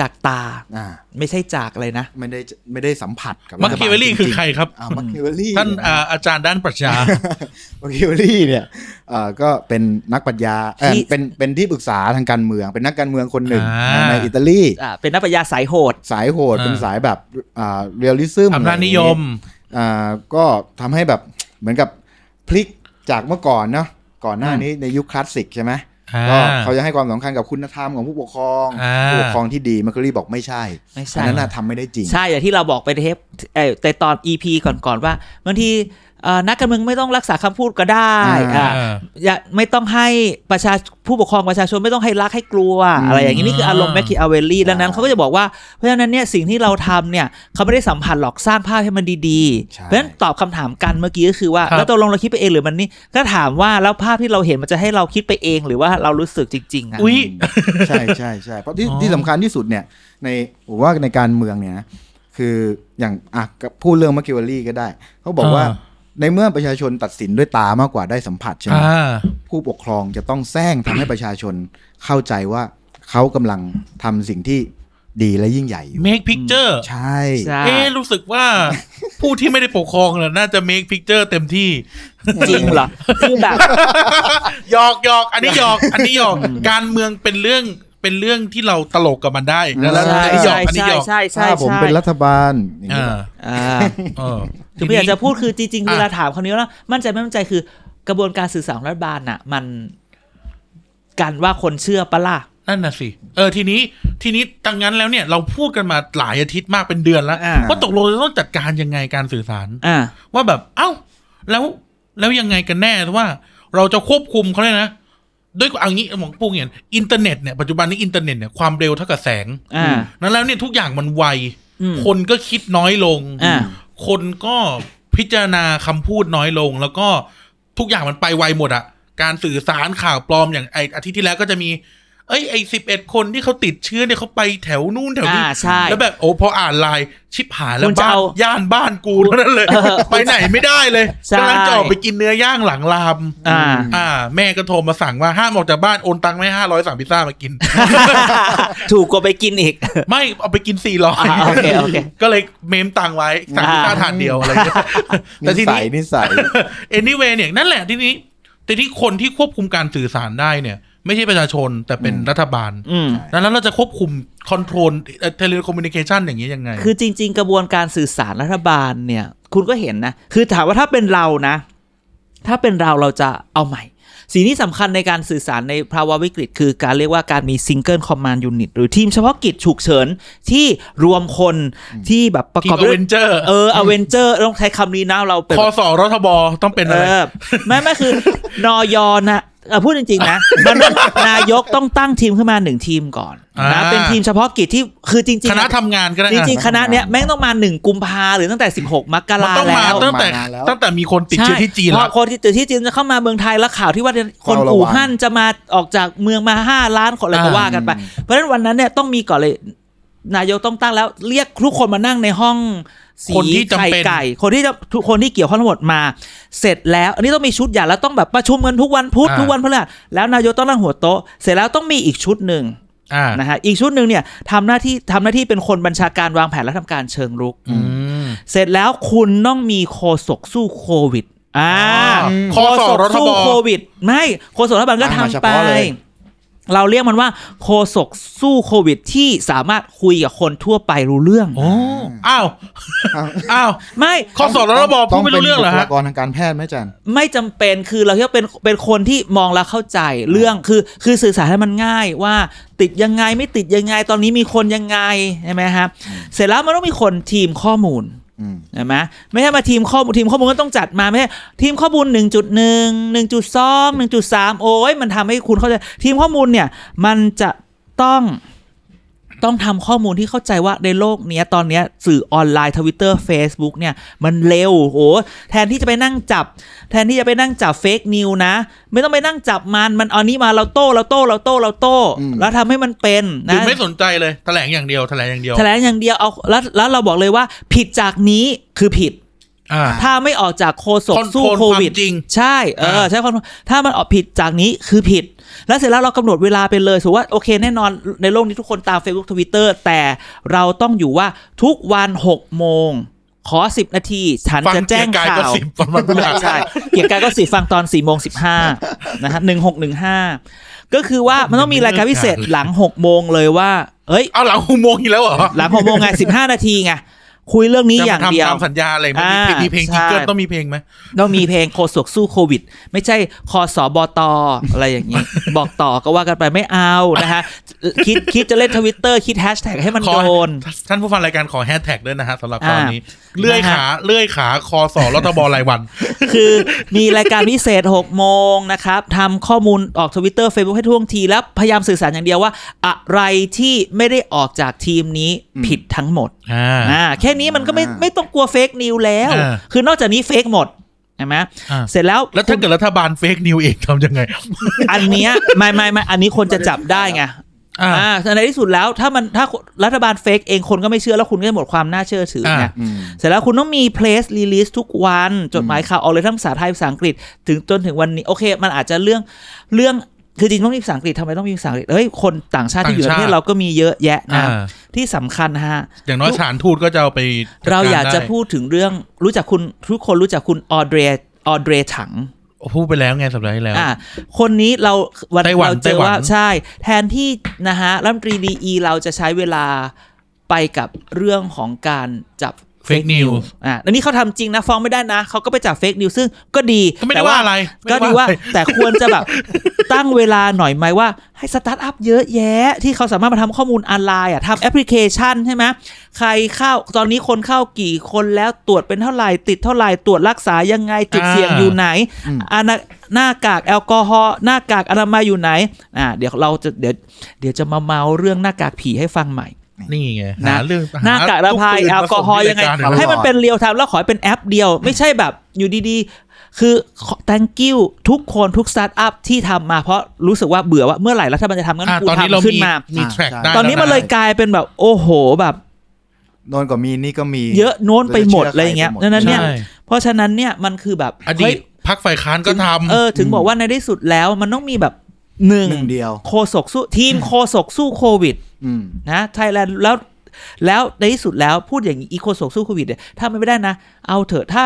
A: จากตา
C: อ่า
A: ไม่ใช่จากอะไรนะ
C: ไม่ได้ไม่ได้สัมผัสกับ
B: มัคคิเวลลี่
C: ฐบาจ
B: คื
C: งๆ
B: อใครครับ
C: อ่ามัคคิเวลลี่
B: ท่านอ่าอาจารย์ด้านปรัชญา
C: มัคคิเวลลี่เนี่ยเอ่อก็เป็นนักปรัชญาเอ่อ
A: ที่
C: เป็นเป็นที่ปรึกษาทางการเมือง เป็นนักการเมืองคนหนึ่ง
B: อ่า
C: ในอิตาลี
A: อ่าเป็นนักปัญญาสายโหด
C: สายโหด
B: อ่า
C: เป็นสายแบบอ่าเรียลลิซึม
B: อำนาจนิยม
C: อ่าก็ทำให้แบบเหมือนกับพลิกจากเมื่อก่อนเนาะก่อนหน้านี้ในยุคคลาสสิกใช่ไหม
B: อ่า
C: ก็เขาจะให้ความสำคัญกับคุณธรรมของผู้ปกครอง
B: อ่า
C: ผู้ปกครองที่ดีมัคคิรีบอกไม่ใช่
A: ไม่ใช่
C: อันนั้นน่ะทำไม่ได้จริง
A: ใช่อย่างที่เราบอกไปในเทปเอ่อแต่ตอน EP ก่อนๆว่าบางทีเอ่อนักการเมืองไม่ต้องรักษาคำพูดก็ได้
C: อ่า
A: อ่าอย่าไม่ต้องให้ประชาผู้ปกครองประชาชนไม่ต้องให้รักให้กลัว
C: อืม
A: อะไรอย่างนี้นี่คืออารมณ์แมคคิอาเวลลี่ดังนั้น
C: อ่า
A: เขาก็จะบอกว่าเพราะฉะนั้นเนี่ยสิ่งที่เราทำเนี่ยเขาไม่ได้สัมผัสหรอกสร้างภาพให้มันดีๆ
C: ใช่
A: เพราะฉะนั้นตอบคำถามกันเมื่อกี้ก็คือว่า
B: ครับ
A: แล้วตกลงเราคิดไปเองหรือมันนี่ก็ถามว่าแล้วภาพที่เราเห็นมันจะให้เราคิดไปเอง หรือว่าเรารู้สึกจริงๆอ่ะ
B: อุ๊ย
C: ใช่ใช่ใช่เพราะที่
B: อ๋อ
C: ที่สำคัญที่สุดเนี่ยในผมว่าในการเมืองเนี่ยนะคืออย่างอ่ะก็พูดเรื่องมัคคิวรีก็ได้ เขาบอกว่าในเมื่อประชาชนตัดสินด้วยตามากกว่าได้สัมผัสใช่ไหม
B: อ่า
C: ผู้ปกครองจะต้องแซงทำให้ประชาชนเข้าใจว่าเขากำลังทำสิ่งที่ดีและยิ่งใหญ่อยู่
B: make picture
C: ใช่
A: ใช่
B: เอ๊ะรู้สึกว่า ผู้ที่ไม่ได้ปกครองน่ะน่าจะ make picture เต็มที่
A: จริงเหรอคือแบบ
B: หยอกหยอกอันนี้หย อก อันนี้หยอก การเมืองเป็นเรื่องเป็นเรื่องที่เราตลกกับมันได้นะแล้ว
A: ใช่
B: อันนี้หยอก
A: ใช่
B: อันนี้
A: ใช่ใช่
B: หยอก
A: ใช่
C: ถ้าผมเป็นรัฐบาลอย่างนี้
B: อ่า
C: ป่ะ
A: อ่า
B: เออ
A: คือไม่อยากจะ
B: ทีนี้
A: พูดคือจริงๆ
B: อ่ะ
A: เวลาถามคำนี้แล้วมั่นใจไม่มั่นใจคือกระบวนการสื่อสารของรัฐบาลน่ะ มันกันว่าคนเชื่อปะล่ะ
B: นั่นน่ะสิเออทีนี้ทีนี้ดังนั้นแล้วเนี่ยเราพูดกันมาหลายอาทิตย์มากเป็นเดือนแล้ว
A: อ่า
B: ว่าตกลงจะต้องจัดการยังไงการสื่อสาร
A: อ่า
B: ว่าแบบเอ้า แล้วแล้วยังไงกันแน่ว่า เราจะควบคุมเขาเลยนะ ด้วยเอางี้หมองปุ้งเห็นอินเทอร์เน็ตเนี่ยปัจจุบันนี้อินเทอร์เน็ตเนี่ยความเร็วเท่ากับแสง
A: อ่า
B: นั้นแล้วเนี่ยทุกอย่างมันไว
A: อืม
B: คนก็คิดน้อยลง
A: อ่า
B: คนก็พิจารณาคำพูดน้อยลง แล้วก็ทุกอย่างมันไปไวหมดอะการสื่อสารข่าวปลอมอย่างไออาทิตย์ที่แล้วก็จะมี เอ้ยไอสิบเอ็ดคนที่เขาติดเชื้อเนี่ยเขาไปแถวนู่นแถวนี้
A: อ่าใช่
B: แล้วแบบโอ้พออ่านไลน์ชิบหายแล้
A: คุ
B: ว
A: ณจะ
B: บ้าน
A: เอา
B: ย่านบ้านกูเท่านั้นเลย ไปไหนไม่ได้เลย
A: ใช่
B: กำลังจะออกไปกินเนื้อย่างหลังราม
A: อ่า
B: อ่า แม่ก็โทรมาสั่งว่าห้ามออกจากบ้านโอนตังค์ไม่ห้าร้อยสั่งพิซซ่ามากิน
A: ถูกกว่าไปกินอีก
B: ไม่เอาไปกินสี่ร้อย
A: อ่าโอเคโอเค
B: ก็เลยเมมตังค์ไว้สั่งพิซซ่า
A: อ่า
B: ถาดเดียวอะไรอย่างเงี้ยแต่
C: นิ
B: ที
C: สั
B: นี้
C: ยนิสัย
B: anyway เนี่ยนั่นแหละทีนี้แต่ที่คนที่ควบคุมการสื่อสารได้เนี่ย ไม่ใช่ประชาชนแต่เป็น
C: อืม
B: รัฐบาล
A: อืม
B: ดังนั้นเราจะควบคุมคอนโทรลเทเลคอมมิวนิเคชันอย่างนี้ยยังไง
A: คือจริง ๆ กระบวนการสื่อสารรัฐบาลเนี่ย คุณก็เห็นนะ คือถามว่าถ้าเป็นเรานะ ถ้าเป็นเราเราจะเอาใหม่ สิ่งที่สำคัญในการสื่อสารในภาวะวิกฤต คือการเรียกว่าการมีซิงเกิลคอมมานด์ยูนิตหรือทีมเฉพาะกิจฉุกเฉินที่รวมคนที่แบบประ
B: ที
A: กอ
B: ม
A: บ
B: อ
A: ด้วย
B: เวนเจอร์
A: เอออเวนเจอร์ต้องใช้คำนี้นะเราเป็น
B: คอสอรทบต้องเป็น
A: เอ
B: อะไร
A: อไม่ไม่คือนอยอนะ เอ่อพูดจริงๆนะมันต้อง นายกต้องตั้งทีมขึ้นมาหนึ่งทีมก่อนนะ
B: อ่า
A: เป็นทีมเฉพาะกิจที่คือจริงๆ
B: คณะทำงานก็ได้
A: จ
B: อะ
A: ริงๆคณะเนี้ยแม่งต้องมาหนึ่งกุมภาหรือตั้งแต่ 16มก
B: มัน
A: รา
B: ต้องมา
A: แล้ว
B: ตั้งแต่
C: มานานแล้ว
B: ตั้งแต่มีคนติดเชื้อที่จีน
A: ใช่เพ
B: แล้ว
A: ราะคนที่ติดที่จีนจะเข้ามาเมืองไทยแล้วข่าวที่ว่าคน
C: เฝ้าระวัง
A: อู่ฮั่นจะมาออกจากเมืองมาห้าล้านคนอะไรก็ว่ากันไป เพราะฉะนั้นวันนั้นเนี่ยต้องมีก่อนเลย นายกต้องตั้งแล้วเรียกทุกคนมานั่งในห้องสี
B: คนที่จำ
A: ไข่
B: เป็น
A: ไก่คนที่จะทุกคนที่เกี่ยวข้องทั้งหมดมา เสร็จแล้ว อันนี้ต้องมีชุดใหญ่แล้วต้องแบบประชุมกันทุกวันพุธทุกวันพฤหัสแล้วนายกต้องนั่งหัวโต๊ะเสร็จแล้วต้องมีอีกชุดหนึ่ง
B: อ่า
A: นะฮะอีกชุดหนึ่งเนี่ยทำหน้าที่ทำหน้าที่เป็นคนบัญชาการวางแผนและทำการเชิงรุก
B: อืม
A: เสร็จแล้วคุณต้องมีโคศกสู้โควิด อ่า
B: อ๋อ
A: โคศก
B: โฆษกรัฐบาล
A: สู้โควิด ไม่โคศกรัฐบาลก็
C: ตั้งมาเฉ
A: ทำไป
C: พาะเลย
A: เราเรียกมันว่าโคศกสู้โควิดที่สามารถคุยกับคนทั่วไปรู้เรื่อง
B: โอ้ อ้าว
C: อ้าว
B: อ้าว
A: ไม่
B: ข้อสอบแล้วเราบอกพูดไม่รู้เรื่องเหรอ
C: ต้ป็น
B: ฮะ
C: บุคลากรทางการแพทย์ไหมอาจารย์
A: ไม่จำเป็นคือเราเรียกว่าเป็นเป็นคนที่มองแล้วเข้าใจเรื่องคือ คือสื่อสารให้มันง่ายว่าติดยังไงไม่ติดยังไงตอนนี้มีคนยังไงใช่ไหมครับเสร็จแล้วมันต้องมีคนทีมข้อมูล
C: อืม
A: ใช่ไหมไม่ใช่มาทีมข้อมูลทีมข้อมูลก็ต้องจัดมาไม่ใช่ทีมข้อมูล 1.1 1.2 1.3 โอ้ยมันทำให้คุณเข้าใจทีมข้อมูลเนี่ยมันจะต้องต้องทำข้อมูลที่เข้าใจว่าในโลกเนี้ยตอนเนี้ยสื่อออนไลน์ทวิตเตอร์ Facebook เนี่ยมันเร็วโหแทนที่จะไปนั่งจับ แทนที่จะไปนั่งจับเฟกนิวนะ ไม่ต้องไปนั่งจับมันมันเอานี้มาเราโต้เราโต้เราโต้เราโต้
C: อืม
A: แล้วทำให้มันเป็น
B: คือ
A: นะ
B: ไม่สนใจเลยแถลงอย่างเดียวแถลงอย่างเดียว
A: แถลงอย่างเดียวเอาแล้วแล้วเราบอกเลยว่า ผิดจากนี้คือผิด
B: อ่า
A: ถ้าไม่ออกจากโคศก
B: คอนโทรล
A: สู้โควิด
B: ความจริง
A: ใช่เออ
B: อ่า
A: ใช่ความถ้ามันออกผิดจากนี้คือผิด แล้วเสร็จแล้วเรากำหนดเวลาไปเลยสมมติว่าโอเคแน่นอนในโลกนี้ทุกคนตาม Facebook Twitter แต่เราต้องอยู่ว่าทุกวัน6โมงขอ 10 นาที ฉัน
B: ฟัง
A: จะ
B: เกี
A: แจ้
B: ย
A: ง
B: ร์กาย
A: ข่า
B: ก็
A: ว
B: สิบประมาณนั้น
A: ใช่เกียรติกายก็สิฟังตอนสี่โมงสิบห้านะฮะหนึ่งหกหนึ่งห้าก็คือว่ามันต้องมีรายการพิ เศษหลังหกโมงเลยว่า เอ้ย
B: เอาหลังอุโมงค์อีกแล้วเหรอ
A: หลังหกโมงไงสิบห้านาทีไง คุยเรื่องนี้อย่างเดียว
B: ทำตามสัญญาอะไรไหมมีเพลง
A: อ่า
B: มีเพลง
A: ใช่
B: จิงเกิลต้องมีเพลงไหม
A: ต้องมีเพลงโคศกสู้โควิด ไม่ใช่คอสอบอตออะไรอย่างนี้ บอกต่อก็ว่ากันไปไม่เอานะฮะ คิดคิดจะเล่นทวิตเตอร์คิดแฮชแท็กให้มัน
B: ขอ
A: โดน
B: ท่านผู้ฟังรายการ ขอแฮชแท็กด้วยนะฮะสำหรับตอนนี้
A: อ่า
B: เลื่อยขาเลื่อยขาคอสอรัฐบอลรายวัน
A: คือมีรายการพิเศษ 6 โมงนะครับทำข้อมูลออกทวิตเตอร์ Facebook ให้ท่วงที แล้วพยายามสื่อสารอย่างเดียวว่า อะไรที่ไม่ได้ออกจากทีมนี้
C: อืม
A: ผิดทั้งหมด
B: อ่า
A: อ่าแค่นี้มันก็ไม่
C: อ่า
A: ไม่ต้องกลัวเฟกนิวแล้ว
B: อ่า
A: คือนอกจากนี้เฟกหมดใช่ไหม
B: อ่า
A: เสร็จแล้ว
B: แล้วถ้าเกิดรัฐบาลเฟกนิวเองทำยังไง
A: อันเนี้ยไม่ไม่ไม่อันนี้คนจะจับได้ไง
B: อ่า
A: อ่าในที่สุดแล้วถ้ามันถ้ารัฐบาลเฟกเองคนก็ไม่เชื่อแล้วคุณก็จะหมดความน่าเชื่อถือไง
B: อ่า
C: อืม
A: เสร็จแล้วคุณต้องมี place release ทุกวัน จดหมายข่าวออกเลยทั้งภาษาไทยภาษาอังกฤษ ถึงจนถึงวันนี้ โอเค มันอาจจะเรื่องเรื่องคือจริงต้องมีภาษาอังกฤษทำไมต้องมีภาษาอังกฤษเฮ้ย คนต่างชาติที่อยู่ในประเทศเราก็มีเยอะแยะนะ
B: อ่า
A: ที่สำคัญนะฮะ
B: อย่างน้อยสถานทูตก็จะเอาไปด
A: เราอยากจะ
B: ได้
A: พูดถึงเรื่องรู้จักคุณทุกคนรู้จักคุณออเดรออเดรถัง
B: พูดไปแล้วไงสัปดาห์ที่แล้ว
A: อ่าคนนี้เราวัน
B: ไต้หวัน
A: เราเจอ
B: ไต้หวัน
A: ว่าใช่ แทนที่นะฮะรัฐมนตรีดีอีเราจะใช้เวลาไปกับเรื่องของการจับ
B: เฟกนิว
A: อ่าอันนี้เขาทำจริงนะฟ้องไม่ได้นะ เขาก็ไปจับเฟกนิวซึ่งก็ดี
B: ก็ไม่ได้ว่าอะไรไม่
A: ก็
B: ได้
A: ดี
B: ว่า
A: ว่า
B: อะไร
A: แต่ควรจะ แบบ ตั้งเวลาหน่อยไหมว่าให้สตาร์ทอัพเยอะแยะ ที่เขาสามารถมาทำข้อมูลออนไลน์อ่ะทำแอปพลิเคชันใช่ไหมใครเข้าตอนนี้คนเข้ากี่คนแล้วตรวจเป็นเท่าไหร่ ติดเท่าไหร่ ตรวจรักษายังไงจุดเสี่ยงอยู่ไหน
C: อืม
A: อันน่ะหน้ากากแอลกอฮอล์หน้ากากอนามัยอยู่ไหนอ่าเดี๋ยวเราจะเดี๋ยวเดี๋ยวจะมาเมาเรื่องหน้ากากผีให้ฟังใหม่
B: นี่ไง
A: นะ
B: หาเรื่อง
A: หน้ากากอนามัย
B: ปืน
A: แอลกอฮอล์ยังไง
B: มาส่ที่รากา
A: ให้มัน
C: ตลอด
A: เป็นเรียวไทม์แล้วขอให้เป็นแอปเดียว ไม่ใช่แบบอยู่ดีๆ คือ thank you ทุกคนทุกสตาร์ทอัพที่ทำมาเพราะรู้สึกว่าเบื่อว่าเมื่อไหร่รัฐบาลจะทำงั้น
B: อ่ะ
A: กู
B: ตอนนี้เรา
A: ทำขึ้น
B: มี
A: มา
B: มีแทร็กได้
A: ตอนนี้มันเลยกลายเป็นแบบโอ้โหแบบ
C: โนนก็มีนี่ก็มี
A: เยอะโน้นไปหมด
C: ชื่
A: อะไรอย่างเงี้ย
C: ใคร
A: ดัง
C: ไปหม
A: นั้นเนี่ย
B: ใช่
A: เพราะฉะนั้นเนี่ยมันคือแบบ
B: อดี
A: เฮ้
B: ต
A: ย
B: พักฝ่ายค้านก็ทำ
A: เออถึงบอกว่าในที่สุดแล้วมันต้องมีแบบหนึ่ง
C: หนึ่งเดียว
A: โคศกสู้ทีมโคศกสู้โควิด
C: อืม
A: นะไทยแลนด์แล้วแล้วในที่สุดแล้วพูดอย่างนี้อีโคสงสู้โควิดเนี่ยถ้ามันไม่ได้นะ เอาเถอะถ้า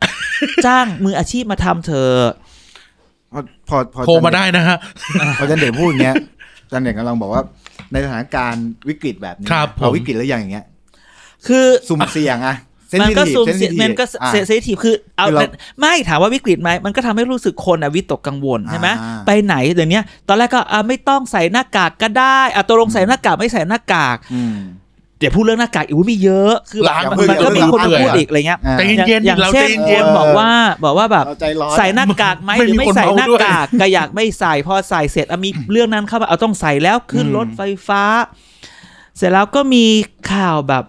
A: จ้างมืออาชีพมาทำเถอะ
C: พอพอพอ
B: โทรมาได้นะฮะ
C: พออาจันเด็กพูดอย่างเงี้ยอาจันเด็กกำลังบอกว่า ในสถานการณ์วิกฤตแบบนี้
B: ครับผม
C: เอาวิกฤตแล้วอย่างเงี้ย
A: คือ
C: สุ่มเสี่ยงอะ
A: มันก็
C: sensitive
A: ซูมเสีย
C: sensitive
A: มันก็
C: อ่ะ
A: เซนซิทีฟคือเอา
C: คือเรา
A: ไม่ถามว่าวิกฤตไหมมันก็ทำให้รู้สึกคนอะวิตกกังวลใช่ไหม
C: อ่า
A: ไปไหนเดี๋ยวเนี้ยตอนแรกก็อ่ะไม่ต้องใส่หน้ากากก็ได้อ่ะตกลงใส่หน้ากากไม่ใส่หน้ากาก
C: อืม
A: เดี๋ยวพูดเรื่องหน้ากากอีกอุ๊ยมีเยอะ คือแบบ
B: ล้าง
A: มัน
B: มือ
A: มันก็มีคนมาพูด
B: เรื่อยๆ
A: อีกอะไรเงี้ย
C: อ่า
B: ใจเย็นๆ
A: อย่าง
B: เรา
A: เช่
B: ใจ
A: น
B: เย็น
A: บอกว่าบอกว่าแบบ
D: เราใจร้อน
A: ใส่หน้ากากไหมห
B: ไม่
A: รือ
B: มี
A: ไม่
B: คน
A: ใส่
B: เมา
A: หน้า
B: ด้วย
A: กากก็อยากไม่ใส่พอใส่เสร็จเอามีเรื่องนั้นเข้ามาเอาต้องใส่แล้วขึ้น
C: อืม
A: รถไฟฟ้า เสร็จแล้วก็มีข่าวแบบ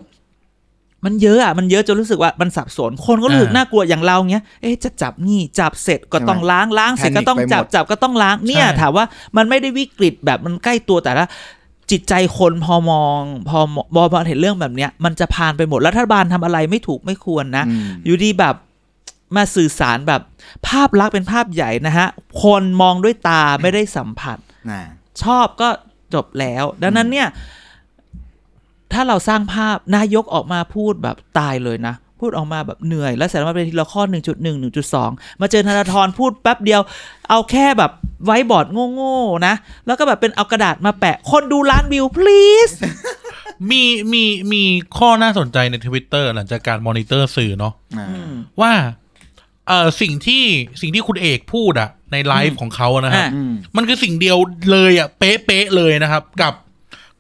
A: มันเยอะอ่ะมันเยอะจนรู้สึกว่ามันสับสนคนก็รู้สึก
B: อ่า
A: น่ากลัวอย่างเราเนี้ยเอ๊ะจะจับนี่จับเสร็จก็ต้องล้างล้างเสร็จก็ต้องจับจับก็ต้องล้างเนี่ย ถามว่ามันไม่ได้วิกฤตแบบมันใกล้ตัวแต่ละ จิตใจคนพอมอง พอมองพอเห็นเรื่องแบบเนี้ย มันจะผ่านไปหมดแล้วรัฐบาลทำอะไรไม่ถูกไม่ควรนะ
C: อืม
A: อยู่ดีแบบมาสื่อสารแบบภาพลักษณ์เป็นภาพใหญ่นะฮะ คนมองด้วยตาไม่ได้สัมผัส
C: นะ
A: ชอบก็จบแล้ว ดังนั้นเนี่ย ถ้าเราสร้างภาพนายกออกมาพูดแบบตายเลยนะ พูดออกมาแบบเหนื่อย แล้วเสร็จแล้วมาเป็นทีละข้อ 1.1 1.2 มาเจอธนาธรพูดแป๊บเดียว เอาแค่แบบไว้บอร์ดโง่ๆนะ แล้วก็แบบเป็นเอากระดาษมาแปะ คนดูล้านวิว please
B: ๆมีมีมีข้อน่าสนใจในทวิตเตอร์หลังจากการมอนิเตอร์สื่อเนาะ
C: อ่า
B: ว่าเออสิ่งที่สิ่งที่คุณเอกพูดอะในไลฟ์ของเขาอะนะครับ
A: อ่า
C: อืม
B: มันคือสิ่งเดียวเลยอะเป๊ะเป๊ะๆเลยนะครับ กับ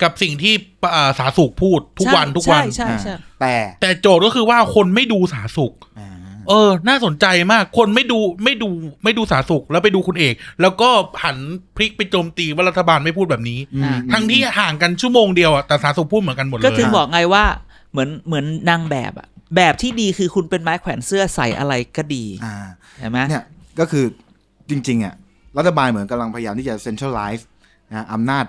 B: กับสิ่งที่อ่าสาสุขพูดทุกวันทุกวัน
A: ใช่ใช่ใช่
C: แต่
B: แต่โจทย์ก็คือว่าคนไม่ดูสาสุข
C: อ่า
B: เออ น่าสนใจมาก คนไม่ดูไม่ดูไม่ดูสาสุขแล้วไปดูคุณเอก แล้วก็หันพลิกไปโจมตีว่ารัฐบาลไม่พูดแบบนี้
A: อ่า
B: ทั้งที่ห่างกันชั่วโมงเดียวอะแต่สาสุขพูดเหมือนกันหมดเลย
A: ก็ถึงบอกไงว่าเหมือนเหมือนนางแบบอะแบบที่ดีคือคุณเป็นไม้แขวนเสื้อใส่อะไรก็ดี
C: อ่า
A: ใช่ไหม
C: เนี่ยก็คือจริงๆอ่ะรัฐบาลเหมือนกำลังพยายามที่จะเซ็นทรัลไลซ์นะอำนาจ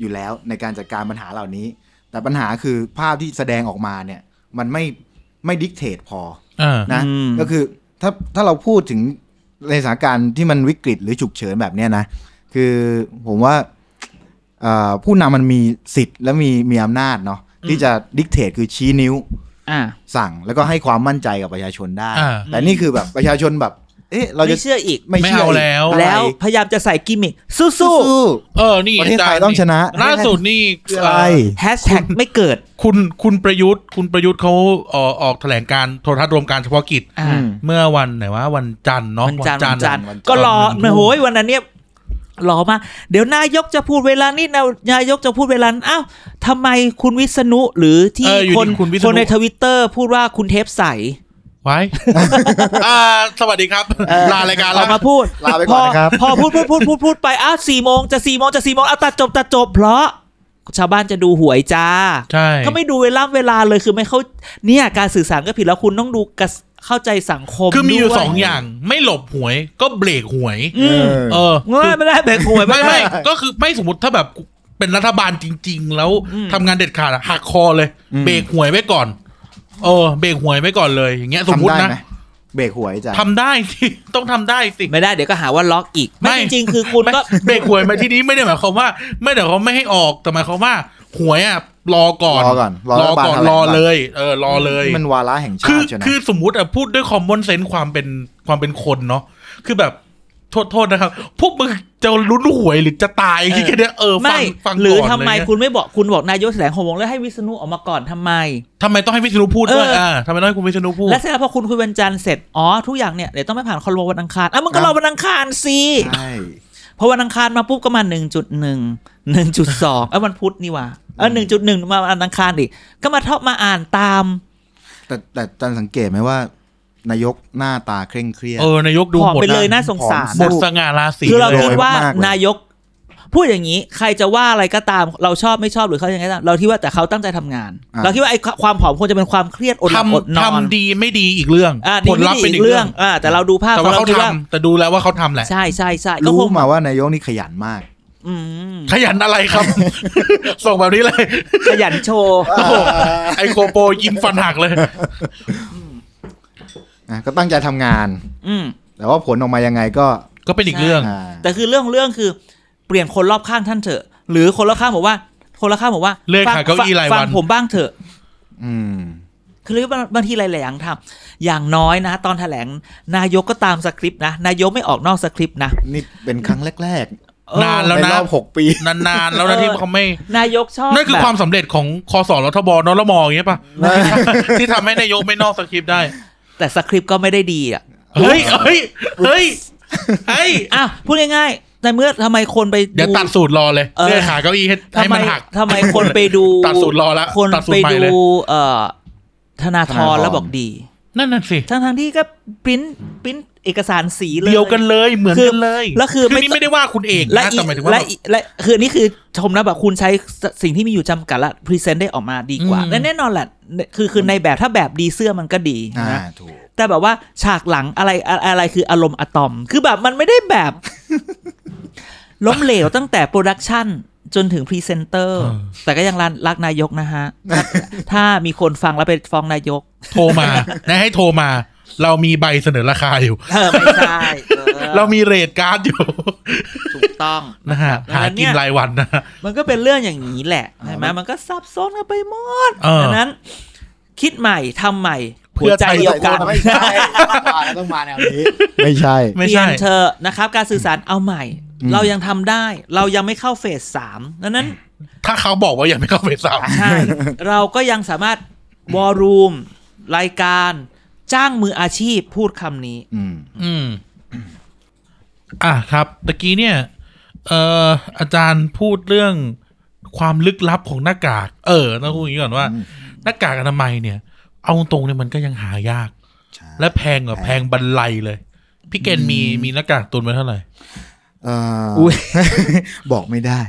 C: อยู่แล้วในการจัดการปัญหาเหล่านี้ แต่ปัญหาคือภาพที่แสดงออกมาเนี่ย มันไม่ไม่ดิกเทตพอ
B: อ่า
C: นะ
A: อืม
C: ก็คือถ้าถ้าเราพูดถึงในสถานการณ์ที่มันวิกฤตหรือฉุกเฉินแบบเนี้ยนะ คือผมว่าเอ่อผู้นำมันมีสิทธิ์และมีมีอำนาจเนาะที่จะดิกเทตคือชี้นิ้ว
A: อ่า
C: สั่งแล้วก็ให้ความมั่นใจกับประชาชนได้
B: อ่า
C: แต่นี่คือแบบประชาชนแบบ เอ๊ะ เราจะ
A: ไม่เชื่ออีก
B: ไม่เอาแล้ว
C: อะไร
A: แล้วพยายามจะใส่กิมมิค
C: สู้
A: สู้
B: เออนี่
C: ประเทศไทย
B: จ
C: ต้องชนะ
B: ล่าสุดนี่
C: ๆคืออะไร
A: ๆแฮชแท็กไม่เกิด
B: คุณคุณประยุทธ์ คุณประยุทธ์เขาเออออกแถลงการณ์โทรทัศน์รวมการเฉพาะกิจ
A: อ่า
C: อืม
B: เมื่อวันไหนว่าวันจันทร์เนาะ
A: วันจันทร์วันจันทร์
C: วันจันทร์
A: ก็รอโอ้โหยวันนั้นเนี่ยรอมาเดี๋ยวนายกจะพูดเวลานี้นะนายกจะพูดเวลานั้นอ้าวทำไมคุณวิษณุหรือที่
B: เอออยู่
A: คน
B: ดีคุณวิษ
A: ค
B: ณุ
A: นในทวิตเตอร์พูดว่าคุณเทปใส
B: ไว้ อ่า สวัสดีครับ ลารายการ
A: อ
B: แล้
A: อ
B: ว
A: กมาพูด
C: ลาไปก่อนนะครับ
A: พพอพูดพูดพูดพูดพูดไปอ้าวสี่โมงจะสี่โมงจะสี่โมงเอาตัดจบตัดจบเพราะ ชาวบ้านจะดูหวยจ้า
B: ใช่
A: ก็ไม่ดูเวลาเวลาเลยคือไม่เข้าเนี่ยการสื่อสารก็ผิดแล้วคุณต้องดูกระสเข้าใจสังคม
B: คือมีอยู่
A: ด้ว
B: สองอย่าง ไม่หลบหวยก็เบรกหวย
A: อืม
B: เออ
A: ไม่ไม่ได้แบ่งหวย
B: ไม่
A: ไม่
B: ไม่
A: ได้
B: ก็คือไม่สมมติถ้าแบบเป็นรัฐบาลจริง ๆ แล้ว
A: อืม
B: ทำงานเด็ดขาดอะหักคอเลย
C: อืม
B: เบรกหวยไว้ก่อน เออ เบรกหวยไว้ก่อนเลย อย่างเงี้ยสมม
C: ทำ
B: ติ
C: ได้
B: นะ
C: ไหมเบรกหวยจ้ะ
B: ทำได้สิ ต้องทำได้สิ
A: ไม่ได้เดี๋ยวก็หาว่าล็อกอีก
B: ไม่
A: ไม่จริงๆคือคุณก็
B: ไม่เบรกหวยมาที่นี้ไม่ได้หมายความว่า ไม่ได้หมายความไม่ให้ออกแต่หมายความว่าหวยอ่ะรอก่อน
C: รอก่อน
B: รอก่อนรอเลยเออรอเลย
C: นี่มันวาระแห่ง
B: คื
C: ชา
B: อ
C: ติใช่ไหม
B: คือสมมุติอ่ะพูดด้วยคอมมอนเซนส์ความเป็นความเป็นคนเนาะคือแบบโทษโทษนะครับ พวกมึงจะลุ้นหวยหรือจะตาย
A: เออ
B: ที่แค่เนี้ยเออฟั
A: ไม่
B: งฟังก่น
A: หรือทำไม
B: ะรเงี้ย
A: คุณไม่บอกคุณบอกนายกแถลงหกโมงแล้วให้วิษณุออกมาก่อนทำไม
B: ทำไมต้องให้วิษณุพูดด้วย
A: เอออ่
B: อ่าทำไมต้องให้คุณวิษณุพูด
A: และเสร็จแล้วพอคุณคุยวันจันทร์เสร็จอ๋อทุกอย่างเนี่ยเดี๋ยวต้องไปผ่านคอรมวันอังคารอ่ะมึงก็รอ
C: ครับ
A: วันอังคารสิ
C: ใช่
A: พอวันอังคารมาปุ๊บก็มาหนึ่งจุดหนึ่งหนึ่งจุดสองเอ้ยวันพุธนี่หว่าเออหนึ่งจุดหนึ่งมาวันอังคารดิก็มาทอบมาอ่านตาม
C: แต่แต่อาจันสังเกตไหมว่า นายกหน้าตาเคร่งเครียด
B: เออนายกดู
A: ผอม
B: หมด
A: ไปเลยน่าสงสาร
B: หมดสง่าราศี
A: คือเรา
B: เลย
A: คิดว่า
C: เลยมากเลย
A: นายก พูดอย่างนี้ ใครจะว่าอะไรก็ตาม เราชอบไม่ชอบหรือเขาอย่างไรก็ตามเราคิดว่าแต่เขาตั้งใจทำงาน เราคิดว่าไอ้ความผอมควรจะเป็นความเครียดอดหลับอด
B: ทำ
A: นอน
B: ทำดีไม่ดีอีกเรื่อง
A: อ่าดี
B: ผล
A: ไม่
B: ลัพธ์
A: ดี
B: เป็น
A: อี
B: อี
A: ก
B: ก
A: เรื่
B: เรื่
A: อ
B: อง ง
A: อ่าแต่เราดูภาพ
B: แต่ว่า
A: เรา
B: เขา
A: คิด
B: ทำ
A: ว่า
B: แต่ดูแล้วว่าเขาทำแหละ
A: ใช่ใช่ใช่ก็ค
C: รู้
A: ง
C: มาว่านายกนี่ขยันมาก
A: อืม
B: ขยันอะไรครับ ส่งแบบนี้เลย
A: ขยันโชว์
B: โอ้โหไอโคโปยิ้มฟันหักเลย
C: อ่ะก็ตั้งใจทำงาน
A: อืม
C: แต่ว่าผลออกมายังไงก็
B: ก็เป็นอีกเรื่อง
C: อ่า
A: แต่คือเรื่องเรื่องคือเปลี่ยนคนรอบข้างท่านเถอะ หรือคนรอบข้างบอกว่า คนรอบข้างบอกว่า
B: เลื่อยขา
A: ฟัง
B: เก้าอี้รายวัน
A: ฟังผมบ้างเถอะ
C: อืม
A: คือเรื่องบางบางทีหลายๆอย่างทำอย่างน้อยนะ ตอนแถลงนายกก็ตามสคริปต์นะ นายกไม่ออกนอกสคริปต์นะ
C: นี่เป็นครั้งแรก
A: เออ
B: นาน
C: ๆ
B: แล้ ว
C: ใน
B: นะ
C: รอบหกปี
B: นานๆ แล้วนะ
A: เออ
B: ที่เขาไม่
A: นายกชอบ
B: นั่นคือ
A: แบบ
B: ความสำเร็จของคอสอรทบนรมอย่างเงี้ยป่ะ ที่ทำให้นายกไม่นอกสคริปต์ได้
A: แต่สคริปต์ก็ไม่ได้ดีอ่ะ
B: เฮ้ย เฮ้ย เฮ้ย เฮ้ย
A: อ่ะพูดง่ายๆ ในเมื่อทำไมคนไป
B: เดี๋ยวตัดสูตรรอเลยเลื่อยขาเก้าอี้ให้ให้
A: ทำไม
B: มันหัก
A: ทำไมคนไปดู
B: ตัดสูตรรอละ
A: คน
B: ตัดสูต
A: ไป
B: รใหม่
A: ดู
B: เลย
A: เอ่อธนาธ
C: ธนาธ
A: ร
C: ร
A: แล้วบอกดี
B: นั่นน่ะสิ
A: ทั้งทางๆที่ก็ปริ้นปริ้นเอกสารสีเลย
B: เดียวกันเลยเหมือน
A: คือ
B: กันเลย
A: แล้วคือไม่
B: นี่ไม่ได้ว่าคุณเอง
A: และ
B: นะ
A: อี
B: แต่หมายถึงว่า
A: และ
B: แบบ
A: อีและคือนี่คือชมนะแบบคุณใช้สสิ่งที่มีอยู่จำกัดและพรีเซนต์ได้ออกมาดีกว่า
B: อืม
A: และแน่นอนแหละคือคือในแบบถ้าแบบดีเสื้อมันก็ดี
C: อ่า
A: นะ
C: ถูก
A: แต่แบบว่าฉากหลังอะไรอะอะไรคืออารมณ์อะตอม คือแบบมันไม่ได้แบบ ล้มเหลวตั้งแต่โปรดักชันจนถึงพรีเซนเตอร์ แต่ก็ยังรันรักนายกนะฮะถ้าถ้ามีคนฟังแล้วไปฟ้องนายก
B: โทรมานะให้โทรมา เรามีใบเสนอราคาอยู่
A: เออไม่ใช่ออ
B: เรามีเรทการ์ดอยู่
A: ถูกต้อง
B: นะฮะ
A: ดัง
B: หา
A: นั้นเนี่
B: กิน
A: ย
B: รายวันนะ
A: มันก็เป็นเรื่องอย่างนี้แหละใช่ไหม
C: อ่ามัน
A: มันก็ซับซ้อนกันไปหมด
B: เออ
A: ดังนั้น คิดใหม่ทำใหม่
B: เพื่
A: หั
B: อ
A: วใจ
B: ไทย
A: เดียวกัน
C: ไม่ใช่ต้องมาแนวนี้ ไม่ใช่
B: ไม่
A: เรีย
B: ใช่
A: นเธอะนะครับ การสื่อสารเอาใหม่
C: อืม
A: เรายังทำได้ เรายังไม่เข้าเฟสสามดังนั้น
B: ถ้าเขาบอกว่ายังไม่เข้าเฟสสาม
A: ใช่ เราก็ยังสามารถวอลรูม รายการจ้างมืออาชีพพูดคำนี้
C: อืม
B: อืม อ่ะครับตะกี้เนี่ย เอ่ออาจารย์พูดเรื่องความลึกลับของหน้ากาก เออต้องพูดอย่างนี้ก่อนว่า
C: อืม
B: หน้ากากอนามัยเนี่ย เอาตรงๆเนี่ยมันก็ยังหายาก
C: ใช่
B: และแพงกว่าแพงบรรลัยเลย พี่เกณฑ์มีมีหน้ากากตุนไว้เท่าไหร่
C: เอ่ออย บอกไม่ได้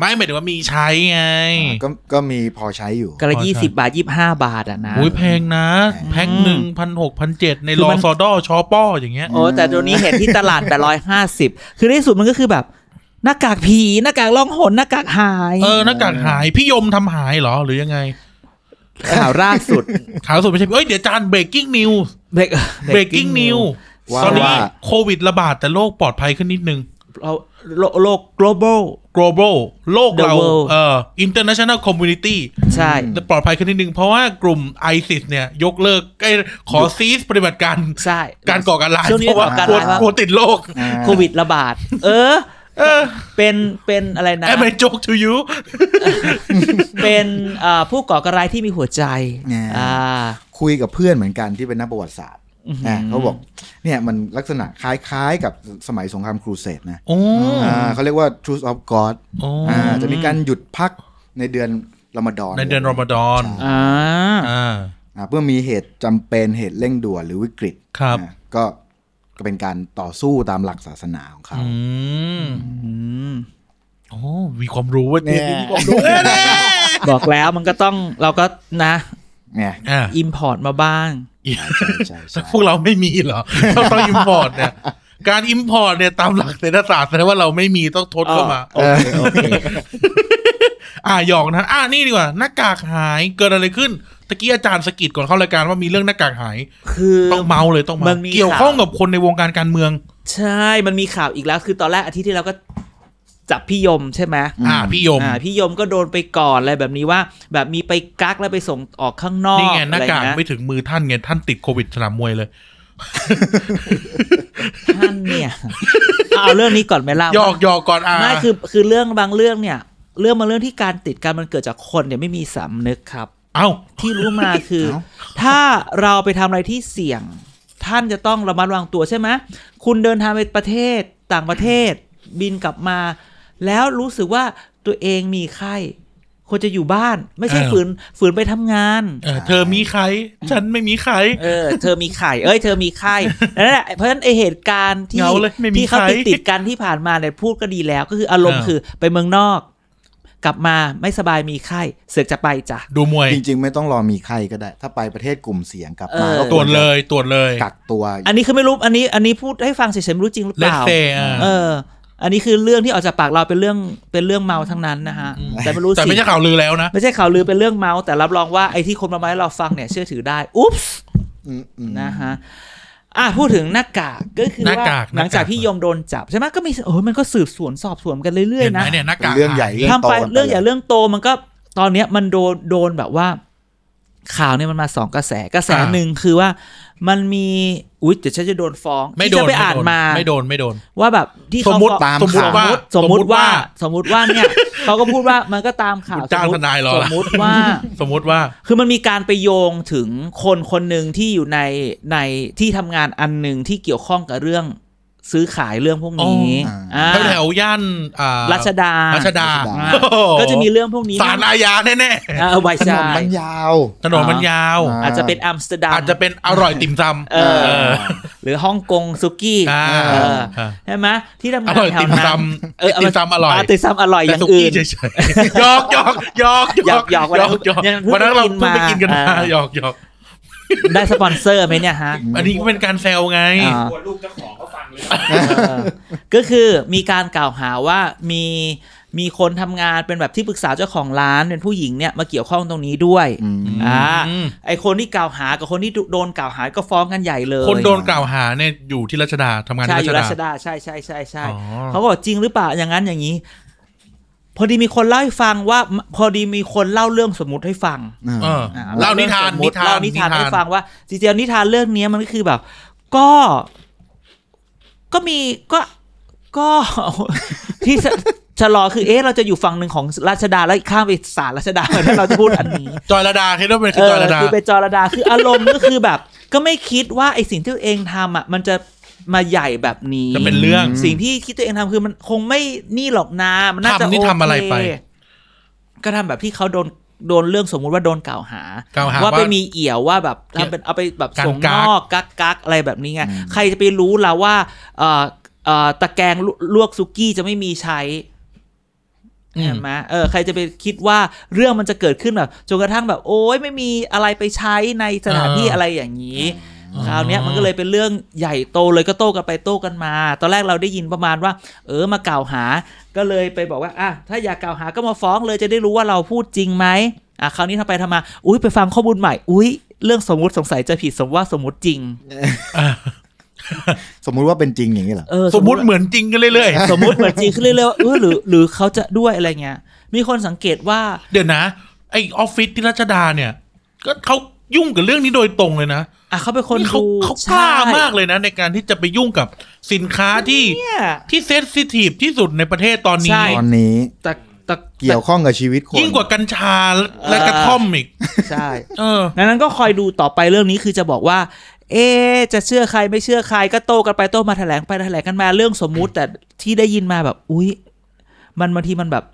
B: ไม่หมายถึงว่ามีใช้ไง
C: ก็ก็มีพอใช้อยู่
A: กระ
B: อ๋อ
A: ยี่
B: ใช่
A: สิบบาทยี่ห้าบาทอ่ะนะ
B: อุ้ยแพงนะ
C: แพง
B: แพ็คหนึ่งพันหกพันเจ็ดใน
A: คือ
B: รอ
A: มัน
B: ซอดอชอป้ออย่างเงี้ย
A: โอ้แต่ตัวนี้เห็นที่ตลาด 850 คือในที่สุดมันก็คือแบบ หน้ากากผีหน้ากากล่องหนหน้ากากหาย
B: เออหน้ากากหายพี่ยมทำหายเหรอหรือยังไง
A: ข่าวล่าสุด
B: ข่าวสุดไม่ใช่เอ้ยเดี๋ยวจาน breaking news
A: break-
B: breaking news
C: ว่า
B: ตอนนี้
C: ว่า
B: โควิดระบาดแต่โลกปลอดภัยขึ้นนิดนึง
A: เราโลกโลก global
B: global โลก
A: The
B: เรา
A: world
B: เอ่อ international community
A: ใช่
C: อืม
B: ปลอดภัยขึ้นนิดนึง เพราะว่ากลุ่ม ISIS เนี่ย ยกเลิกไอ้ยขอซีสปฏิบัติการ
A: ใช่
B: การก่อการร้าย
A: ช่วงนี้
B: เพราะว่า
A: ก่อการ
B: กลัว
A: ร้ายมาก
B: กลัวติดโรค
C: อ่า
A: โควิดระบาด เออ
B: เออ
A: เป็นเป็นอะไรนะ
B: แอบไปโจก to you
A: เป็นอ่าผู้ก่อการร้ายที่มีหัวใจอ่า
C: คุยกับเพื่อนเหมือนกันที่เป็นนักประวัติศาสตร์
A: อือหือ
C: นะเขาบอกเนี่ยมันลักษณะคล้ายๆกับสมัยสงครามครูเสดนะ
B: โอ้
C: อ่าเขาเรียกว่า Truth of God
B: โอ้
C: อ่าจะมีการหยุดพักในเดือนรอมฎอน
B: ในเดือนรอมฎอน
C: ใช่
A: อ่า
B: อ่า
C: อ่าเพื่อมีเหตุจำเป็นเหตุเร่งด่วนหรือวิกฤต
B: ครับ
C: นะก็ก็เป็นการต่อสู้ตามหลักศาสนาของเขา
B: อืม
A: อืม
B: โอ้มีความรู้เว่า
C: แน่
B: เนี่ยมีความรู้เออแน่
A: บอกแล้วมันก็ต้องเราก็นะ
C: เนี่ย
B: อ่ะ
A: import มาบ้าง
C: ใช่ใช่ใช่
B: พวกเราไม่มีเหรอ เราต้องอิมพอร์ตเนี่ย การอิมพอร์ตเนี่ยตามหลักเศรษฐศาสตร์แสดงว่าเราไม่มีต้องทดเข้ามา
A: เออโอเค
B: อ่าหยอกนะ อ่านี่ดีกว่า หน้ากากหายเกิดอะไรขึ้นตะกี้อาจารย์สะกิดก่อนเข้ารายการว่ามีเรื่องหน้ากากหาย
A: คือ
B: ต้องเมาเลยต้องเมา
A: มันมี
B: เกี่ยวข้องกับคนในวงการการเมือง
A: ใช่ มันมีข่าวอีกแล้ว คือตอนแรกอาทิตย์ที่แล้วก็จับพี่ยมใช่ไหม
B: อ่าพี่ยม
A: อ่า พี่ยมก็โดนไปก่อนอะไรแบบนี้ว่า แบบมีไปกักแล้วไปส่งออกข้างนอก
B: นี่ไงหน้ากา
A: อะร
B: ก
A: เงี้ย
B: ไม่ถึงมือท่านไงท่านติดโควิดสนามมวยเลย
A: ท่านเนี่ย เอาเรื่องนี้ก่อนไหมล่ะ
B: หยอกหยอกก่อนอ่า
A: ไม่คือคือเรื่องบางเรื่องเนี่ย เรื่องบางเรื่องที่การติดกันมันเกิดจากคนเนี่ยไม่มีสำนึกครับ
B: เอ้า
A: ที่รู้ มาคือ ถ้าเราไปทำอะไรที่เสี่ยง ท่านจะต้องระมัดระวังตัวใช่ไหมคุณเดินทางไปประเทศต่างประเทศ บินกลับมา แล้วรู้สึกว่าตัวเองมีไข้ควรจะอยู่บ้าน ไม่ใช่
B: เออ
A: ฝืนฝืนไปทำงาน
B: เออเธอมีใคร ฉันไม่มีใคร
A: เออ เธอมีไข่ เอ้ย เธอมีไข้นั่นแหละเพราะฉะนั้นไอเหตุการณ์ที่
B: เหงาเลยไม่มี
A: ที่เขา
B: ไข้
A: ติดติดกันที่ผ่านมาเนี่ยพูดก็ดีแล้ว ก็คืออารมณ์
B: เออ
A: คือไปเมืองนอก กลับมาไม่สบายมีไข้เสือกจะไปจ้ะ
B: ดูมวย
C: จริงๆ ไม่ต้องรอมีใครก็ได้ ถ้าไปประเทศกลุ่มเสียงกลับมา
A: เออ
C: ก็
B: ตร
C: คว ร
B: จ
C: จะ
B: เลยตรวจเลย
C: กักตัว
A: อันนี้คือไม่รู้อันนี้อันนี้พูดให้ฟังเฉยๆไม่รู้จริงหรือเป
B: เลส
A: ล่า
B: เซอ่า
A: เออ อันนี้คือเรื่องที่ออกจากปากเราเป็นเรื่องเป็นเรื่องเมาทั้งนั้นนะฮะ
B: อืม
A: แต่ไม่รู้
B: แต่
A: สิ
B: ไม่ใช่ข่าวลือแล้วนะ
A: ไม่ใช่ข่าวลือเป็นเรื่องเมาแต่รับรองว่าไอ้ที่คนมาไมาให้เราฟังเนี่ยเชื่อถือได้อุ๊บส์
C: อืมอืม
A: นะฮะอ่ะพูดถึงหน้ากากก็คือ
B: หน้า
A: ว่าก
B: าก
A: หลังจาก
B: หน้ากาก
A: พี่ยมโดนจับใช่ไหมก็มีเออมันก็สืบสวนสอบสวนกันเรื่อย
B: เห็น
A: ๆ
B: ไหม
A: นะ
B: เนี่ยหน้ากาก
C: เรื่องใหญ่
B: หาย
C: เรื่อง
A: ทำ
C: โต
A: ไป
C: กัน
A: เรื่องใหญ่
C: ไปลย
A: เรื่องโตมันก็ตอนเนี้ยมันโดนโดนแบบว่า ข่าวเนี่ยมันมาสองกระแสกระแส
B: อ่า
A: หนึ่งคือว่า มันมีอุ๊ยเดี๋ยวฉันจะโดนฟ้อง
B: ไม่
A: ที่
B: โด
A: จะ
B: น
A: ไปอ่านมา
B: ไม่โดนไม่โดน
A: ว่าแบบที่
B: ส
A: เขา
B: มมติ
A: ฟ้อง
C: ตาม
B: สมมติ
C: ข่าว
B: ว่า
A: สมมุติว่าสมมุติว่าเนี่ย เขาก็พูดว่ามันก็ตามข่าว
B: คุณจ้าง
A: สมมุ
B: ท
A: ติ
B: นายเหรอ
A: สม
B: ล่ะ
A: มุติว่า
B: สมมติว่า
A: คือมันมีการไปโยงถึงคนคนหนึ่งที่อยู่ในในที่ทำงานอันหนึ่งที่เกี่ยวข้องกับเรื่อง ซื้อขายเรื่องพวกนี้
C: อ๋ออ่
A: อ่า
B: แถวๆย่านอ่า
A: รัชดา
B: รัชดา
C: อ่า
A: อ่าก็จะมีเรื่องพวกนี้
B: สารอาญาแน่
A: อ่าไว
C: ถ
A: ซาน
C: นมัน
A: ย
C: ยาว
B: ๆถนนมันยาว
C: อ่า
A: อาจจะเป็นอัมสเตอร์ดัม
B: อาจจะเป็นอร่อยติ่มซำ
A: เออ
B: เออ
A: หรือฮ่องกงซุกี้
B: อ่า
A: เออ
B: อ่า
A: ใช่ไหมที่
B: อง
A: ทำาน
B: ร่อย
A: แถ
B: ติ่
A: ว
B: มซ
A: นั้น
B: ำติ่มซำอร่อย
A: าติดซ้ำอร่อยอ
B: แต่
A: ย่าง
B: สุ
A: อื่
B: กี้
A: น
B: เฉยๆหยอกหยอกหยอกหยอก
A: หยอก
B: ห
A: ห
B: ย
A: ย
B: อ
A: อก ก
B: หยอก
A: ยังเพิ่ง
B: วันนั้นเราเพิ่งไป
A: กิ
B: กิน
A: น
B: กันมา
A: มา
B: หยอกหยอก
A: ได้สปอนเซอร์ไหมเนี่ยฮะ
B: อันนี้ก็เป็นการแซวไง
A: อ่า
D: กลัวลูกเจ้าของเขาฟังเลย
A: เออก็คือมีการกล่าวหาว่ามีมีคนทำงานเป็นแบบที่ปรึกษาเจ้าของร้านเป็นผู้หญิงเนี่ยมาเกี่ยวข้องตรงนี้ด้วย
C: อืม
A: อ่า
B: อืม
A: ไอคนที่กล่าวหากับคนที่โดนกล่าวหาก็ฟ้องกันใหญ่เลย
B: คนโดนกล่าวหาเนี่ยอยู่ที่รัชดาทำงาน
A: ใช่อ
B: ที่
A: ยู่
B: รั
A: รั
B: ช
A: ช
B: ดา
A: ดาใช่ใช่ใช่ใช่
B: อ๋อ
A: เขาบอกจริงหรือเปล่าอย่างนั้นอย่างนี้ พอดีมีคนเล่าให้ฟังว่า พอดีมีคนเล่าเรื่องสมมุติให้ฟัง
B: เออ
A: อ่
B: เล่านิทาน
A: รื่องสมมุ
B: นิ
A: ติ
B: ทาน
A: เล่านิทานให้ฟังว่าจริงๆแล้วนิทานเรื่องเนี้ยมันก็คือแบบ ก็ ก็มีก็ก็ ที่ชะชะลอคือเอ๊ะเราจะอยู่ฝั่งหนึ่งของราชดาแล้วข้ามไปศาลราชดาแล้วเราจะพูดอันนี้
B: จอยระดาคิดว่าเป็น
A: เอ
B: คือจ
A: อ
B: อยระดา
A: คือไปจอระดาคืออารมณ์ก็คือแบบ ก็ไม่คิดว่าไอสิ่งที่ตัวเองทำอ่ะ มันจะมาใหญ่แบบนี้
B: จะเป็นเรื่อง
A: สิ่งที่คิดตัวเองทำคือมันคงไม่นี่หรอกนะมันน่าจะ
B: ทำนี่
A: โอ
B: ทำอะไร
A: เค
B: ไป
A: ก็ทำแบบที่เขาโดนโดนเรื่องสมมุติว่าโดนกล่าวหา
B: กล่าวหา
A: ว่า
B: ว่า
A: ไปมีเอี่ยวว่าแบบทำเป็นเอาไปแบบ
B: การ
A: ส่ง
B: กัก
A: นอกกักกักอะไรแบบนี้ไง
C: อืม
A: ใครจะไปรู้ล่ะว่าเอ่อเอ่อตะแกรงลวลวกซุกี้จะไม่มีใช้
B: อืม
A: ใช่ไหมเออใครจะไปคิดว่าเรื่องมันจะเกิดขึ้นแบบจนกระทั่งแบบ โอ้ยไม่มีอะไรไปใช้ในสถานที่
B: เอออ
A: อะไรอย่างนี้ คราวเนี้ยมันก็เลยเป็นเรื่องใหญ่โตเลยก็โต้กันไปโต้กันมา ตอนแรกเราได้ยินประมาณว่า เออมากล่าวหา ก็เลยไปบอกว่าอ่ะถ้าอยากกล่าวหาก็มาฟ้องเลยจะได้รู้ว่าเราพูดจริงไหมอ่ะคราวนี้ทำไปทำมา อุ้ยไปฟังข้อมูลใหม่ อุ้ยเรื่องสมมุติสงสัยจะผิดสมว่าสมมุติจริง
B: อ่ะ
C: สมมุติว่าเป็นจริงอย่างนี้เหรอ
A: เออ
B: สมมุติเหมือนจริงกันเรื่อย
A: สมมุติเหมือนจริงขึ้นเรื่อยๆว่าเออหรือหรือเขาจะด้วยอะไรเงี้ยมีคนสังเกตว่า
B: ๆ เดี๋ยวนะ ไอออฟฟิศที่รัชดาเนี่ย ก็เขายุ่งกับเรื่องนี้โดยตรงเลยนะ
A: อ่ะเขาเป็นคน
B: นี่เขา
A: ดู
B: เขากล้า
A: ใช่
B: มากเลยนะ ในการที่จะไปยุ่งกับสินค้าที่
A: เนี่ย
B: ที่เซนซิทีฟที่สุดในประเทศตอนนี้
A: ใช่
C: ตอนนี้
A: แต่แต่
C: เกี่ยวข้องกับชีวิตคน
B: ยิ่งกว่ากัญชาและกระท่อมอีก
A: ใช่
B: เออ
A: ดังนั้นก็คอยดูต่อไปเรื่องนี้คือจะบอกว่า เอะจะเชื่อใครไม่เชื่อใครก็โต้กันไปโต้มาแถลงไปแถลงกันมาเรื่องสมมุติ แต่ที่ได้ยินมาแบบ อุ๊ย มันบางทีมันแบบ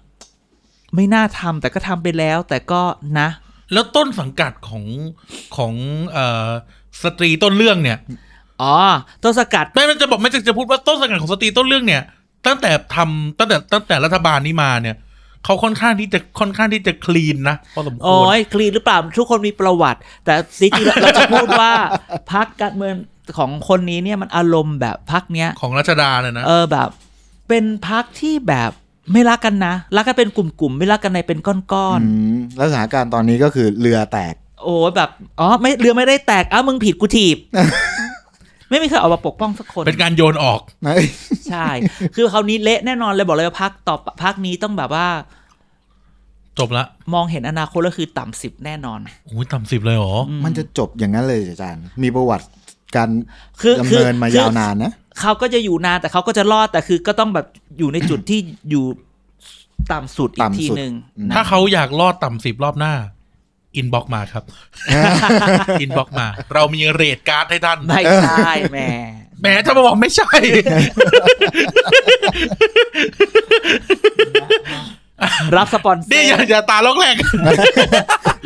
A: ไม่น่าทำแต่ก็ทำไปแล้ว แต่ก็นะ
B: แล้วต้นสังกัดของของเอ่อสตรีต้นเรื่องเนี่ย
A: อ๋อต้นสกัด
B: ไม่มันจะบอกไม่จะจะพูดว่าต้นสังกัดของสตรีต้นเรื่องเนี่ย ตั้งแต่ทำตั้งแต่ตั้งแต่รัฐบาลนี้มาเนี่ยเขาค่อนข้างที่จะค่อนข้างที่จะคลีนนะพอสมคว
A: โอ้
B: ร
A: ยคลีนหรือเปล่า ทุกคนมีประวัติ แต่จริงๆเราเราจะพูดว่าพักการเมืองของคนนี้เนี่ยมันอารมณ์แบบพักเนี้ย
B: ของรัชดาเนี่ยนะ
A: เออแบบ เป็นพักที่แบบไม่รักกันนะรักกันเป็นกลุ่มๆไม่รักกันในเป็นก้อนๆ
C: มแล้วสถานการณ์ตอนนี้ก็คือเรือแตก
A: โอ้ยแบบ อ๋อ ไม่เรือไม่ได้แตก อ้าวมึงผิดกู ถีบ ไม่มีใครออกมาปกป้องสักคน
B: เป็นการโยนออก
A: ใช่ คือคราวนี้เละแน่นอนเลยบอกเลยว่าพักต่อพักนี้ต้องแบบว่า
B: จบละ
A: มองเห็นอนาคตแล้วคือต่ำสิบแน่นอน
B: โอ้ยต่ำสิบเลยเหรออ
C: มันจะจบอย่างนั้นเลยเหรออาจารย์ มีประวัติการ
A: คือ
C: ดำ
A: คือ
C: เนินมายาวนานนะ
A: เขาก็จะอยู่นานแต่เขาก็จะรอดแต่คือก็ต้องแบบอยู่ในจุดที่ อยู่ต่ำสุดอีก
C: ต่ำสุ
A: ที
C: ด
A: หนึ่งนะ
B: ถ้าเขาอยากรอดต่ำสิบรอบหน้า อินบ็อกมา ครับ อินบ็อกมา เรามีเรทการ์ดให้ท่าน
A: ไม่ใช่แหม่
B: แหมถ้ามาบอก ไม่ใช่
A: รับสปอนเซอ
B: นี่
A: ร์
B: อย่าอย่าตาล็อกแรก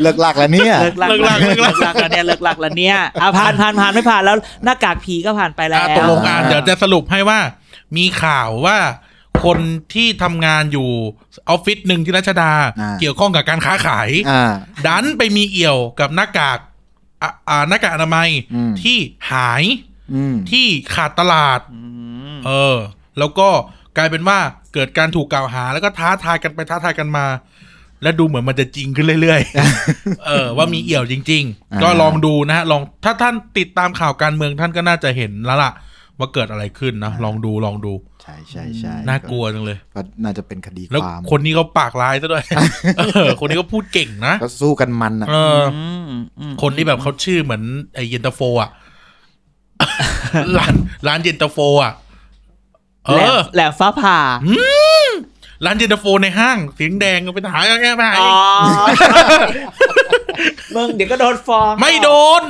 C: เลิกลากแล้วเนี่ย
A: เลิกลัก
B: เลิกลักเลิ
A: เลิกลั
B: กลัก
A: กแล้วเนี่ยเลิกลักแล้วเนี่ยอ่ะผ่านผ่านผ่านไม่ผ่านแล้วหน้ากากผีก็ผ่านไปแล้ว
B: อ่ะตกลงอ่าน
C: อ่า
B: เดี๋ยวจะสรุปให้ว่า มีข่าวว่า คนที่ทำงานอยู่ออฟฟิศหนึ่งที่รัชดา
C: อ่า
B: เกี่ยวข้องกับการค้าขาย
C: อ่า
B: ดันไปมีเอี่ยวกับหน้ากากอ่ะอ่าหน้ากากอนามัย
C: อืม
B: ที่หาย
C: อืม
B: ที่ขาดตลาด เออ แล้วก็กลายเป็นว่าเกิดการถูกกล่าวหา แล้วก็ท้าทายกันไปท้าทายกันมา และดูเหมือนมันจะจริงขึ้นเรื่อยๆ เออ ว่ามีเอี่ยวจริง
C: อ่า
B: ๆ ก็ลองดูนะฮะลองถ้าท่านติดตามข่าวการเมืองท่านก็น่าจะเห็นแล้วล่ะ ว่าเกิดอะไรขึ้นนะลองดูลองดู
C: ใช่ใช่ใช่
B: น่ากลัวจังเลย
C: ก็น่าจะเป็นคดี
B: แล้ว
C: ความ
B: คนนี้เขาปากร้ายซะ ด้วย เออ คนนี้ก็พูดเก่งนะ
C: ก็สู้กันมันอ่ะ
B: เออ
A: อืมอืม
B: คนที่แบบเขาชื่อเหมือนไอเย็นตาโฟอ่ะ ร้านร้านเย็นตาโฟอ่ะเอ
A: แหลม
B: อ
A: แหลมฟ้าผ่า
B: ร้านเย็นตาโฟในห้างเสียงแดงก็ไปหากันแง่ไปหา
A: อ๋อ
B: อีก
A: มึงเดี๋ยวก็โดนฟ้อง
B: ไม่โดน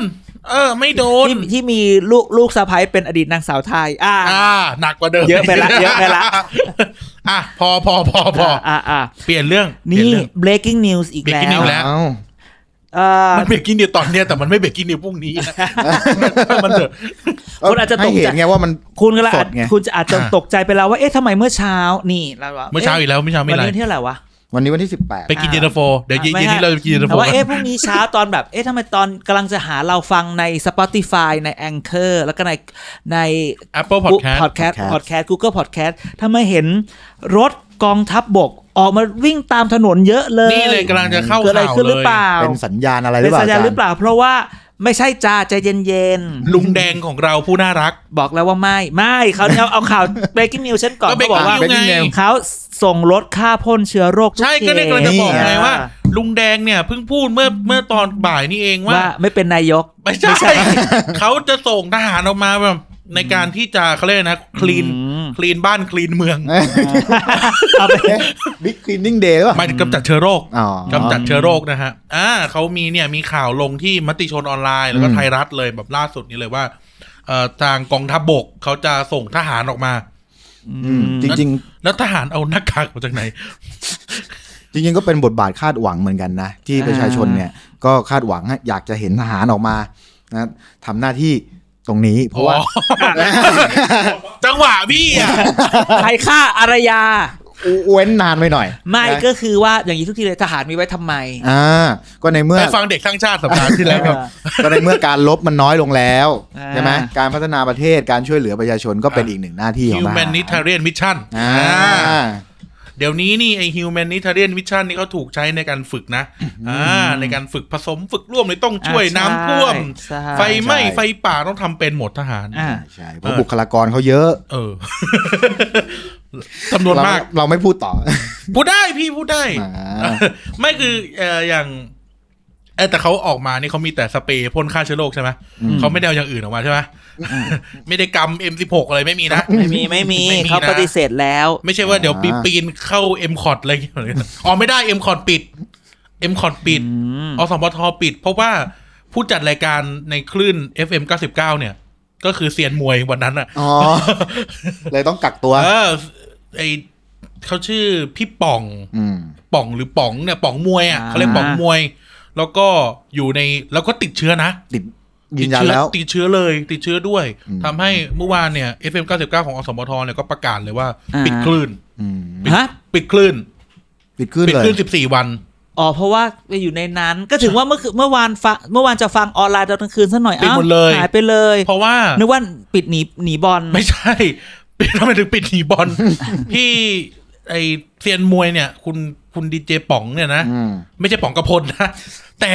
B: เออ ไม่โดน
A: ที่ที่มีลูกลูกสะพ้ายเป็นอดีตนางสาวไทย อ่า
B: อ่า หนักกว่าเดิม
A: เยอะไปละเยอะไปละ
B: อ่ะ พอพอพอพอ
A: อ่าอ่า
B: เปลี่ยนเรื่องเปลี่ย
A: นี่
B: เรื่อง
A: breaking news อีกแล้ว
B: breaking news แล้ว
C: เอ้า
A: เอ่อ
B: มันเบรกกิ้งนิวตอนเนี้ยแต่มันไม่เบรกกิ้งนิวพรุ่งนี้นะ มันเถอะ
A: คุณอาจจะต
C: ให้
A: ก
C: เห็
A: ใจ
C: นไงว่ามัน
A: คุณก็ละ
C: สดไง
A: คุณจะอาจจะ
B: อ่า
A: ตกใจไปแล้วว่าเอ๊ะทำไมเมื่อเช้านี่เราว่า
B: เมื่อเช้าอีกแล้วเมื่อเช้า
A: ะ
B: ไม่
A: วัน
B: ไร
A: นี้เที่ยวไหร่วะ
C: วันนี้วันที่สิบแปด
B: ไปกิน
A: อ่า
B: เย็นตาโฟเดี๋ยวเย็นเย็นนี้เราจะไปกินเย็นตาโฟ
A: แต่ว่า
B: กัน
A: เอ๊ะพรุ่งนี้เช้าตอนแบบ เอ๊ะทำไมตอนกำลังจะหาเราฟังใน Spotify ใน Anchor แล้วก็ในใน
B: แอปเปิลพอดแคสต์
A: Podcast Podcast Google Podcast ทำไมเห็นรถกองทัพบบกออกมาวิ่งตามถนนเยอะเลย
B: นี่เลยกำลังจะเข้า
A: เกิดอะไร
B: ข่าว
A: ขึ้นห
B: เล
A: รือย เปล่า
C: เป็นสัญญาณอะไรหรื
A: เป็
C: อน เปล่า
A: สัญญาณหรือเป
C: อาจารย์
A: ล่า เพราะว่าไม่ใช่จ้าใจเย็น
B: ลุงแดงของเราผู้น่ารัก
A: ๆ บอกแล้วว่าไม่ ไม่เขาเนี่ยเอาเอาข่าว breaking news ฉันก่อน
B: ก็
A: เขาบอกว่า
B: breaking news ไง
A: เขาส่งรถฆ่าพ่นเชื้อโรคทุก
B: ใช่
A: เข
B: ก็
A: ต
B: เลยกำลังจะบอกไงว่า ลุงแดงเนี่ยเพิ่งพูดเมื่อเมื่อตอนบ่ายนี่เองว่า
A: ว่าไม่เป็นนายก
B: ไม่ใช่ เขาจะส่งทหารออกมาแบบในการที่จะเขาเรียกอะไรนะคลีน
A: อืม
B: คลีนบ้านคลีนเมือง
A: เอาไป
C: บิ๊กคลีนนิ่งเดย์หรือเปล่า
B: หมายถึงกำจัดเชื้อโรค
C: อ๋อ
B: กำจัดเชื้อโรคนะฮะอ่าเขามีเนี่ยมีข่าวลงที่มติชนออนไลน์ แล้วก็
C: อืม
B: ไทยรัฐเลยแบบล่าสุดนี้เลยว่าเอ่อทางกองทัพบกเขาจะส่งทหารออกมา
C: อืมจริง ๆ
B: แล้วทหารเอาหน้ากากมาจากไหน
C: จริงๆก็เป็นบทบาทคาดหวังเหมือนกันนะ ที่
A: อ่า
C: ประชาชนเนี่ยก็คาดหวังให้อยากจะเห็นทหารออกมานะทำหน้าที่ตรงนี้ เพราะว่า
B: อ๋อ จังหวะพี่อ่ะ
A: ใครฆ่าอารยา
C: เว้นนานไปหน่อย
A: ไม่
C: นะ
A: ก็คือว่าอย่างนี้ทุกทีเลยทหารมีไว้ทำไม
C: อ่าก็ในเมื่อ
B: ไปฟังเด็กสร้างชาติสัปดาห์ที่แล้วครับ
C: ก็ในเมื่อการลบมันน้อยลงแล้ว
A: อ่า
C: ใช่ไหมการพัฒนาประเทศการช่วยเหลือประชาชนก็เป็น
B: อ่ะ
C: อีกหนึ่งหน้าที่ของทหาร
B: humanitarian mission
C: อ่า
B: อ่า เดี๋ยวนี้นี่ไอ้ humanitarian mission นี่เขาถูกใช้ในการฝึกนะ อ่า ในการฝึกผสมฝึกร่วมเลยต้องช่วยน้ำท่วม
A: ใช่
B: ไฟไหม้
C: ใช่
B: ไฟป่าต้องทำเป็นหมดทหาร
A: อ่า
C: ใช่เพราะบุคลากรเขาเยอะ
B: เอ อ จำนวน
C: เรา
B: มาก
C: เราไม่พูดต่อ
B: พูดได้พี่พูดได้
C: อ่า
B: ไม่คือเอ่ออย่างเอ้ยแต่เขาออกมานี่เขามีแต่สเปรย์พ่นฆ่าเชื้อโรคใช่ไหมเขาไม่ได้เอาอย่างอื่นออกมาใช่ไหม ไม่ได้กำ M16 อะไรไม่มีนะ
A: ไม่มีไม่มี
B: ไม่มีนะ
A: เขาปฏิเสธแล้ว
B: ไม่ใช่ว่าเดี๋ยวปี
C: อ่า
B: ปีนเข้า M c o t อะไรอย่างเงี้ยอ๋อไม่ได้ M c o t ปิด M c o t ปิด
A: ม
B: อสมทปิด เพราะว่าผู้จัดรายการในคลื่น FM 99 เนี่ย ก็คือเซียนมวยวันนั้นอ่ะ
C: อ๋อเลยต้องกักตัว
B: เออไอเขาชื่อพี่ป่อง
C: อืม
B: ป่องหรือป๋องเนี่ยป๋องมวยอ่ะ
A: อ่า
B: เขาเรียกป๋องมวย แล้วก็อยู่ในแล้วก็ติดเชื้อนะ
C: ติดยืนยันแล้ว
B: ติดเชื้อติดเชื้อเลย ติดเชื้อด้วย
C: อืม
B: ทำให้เมื่อวานเนี่ย FM 99 ของอสมทเนี่ยก็ประกาศเลยว่า
A: อ่า
B: ปิดคลื่น
C: อืม
A: ฮะ
B: ปิดคลื่น
C: ปิดขึ้น
B: ปิด
C: เลย
B: คลื่น 14 วัน
A: อ๋อเพราะว่าไปอยู่ในนั้น ก็ถึงว่าเมื่อคืนเมื่อวานฟังเมื่อวานจะฟังออนไลน์ตอนกลางคืนซะหน่อย
B: ปิดหมดเลย
A: หายไปเลย
B: เพราะว่า
A: นึกว่าปิดหนีหนีบอล
B: ไม่ใช่ ปิดทำไมถึงปิดหนีบอล พี่ไอเซียนมวยเนี่ย คุณคุณดีเจป๋องเนี่ยนะ
C: อืม
B: ไม่ใช่ป๋องกระพลนะ แต่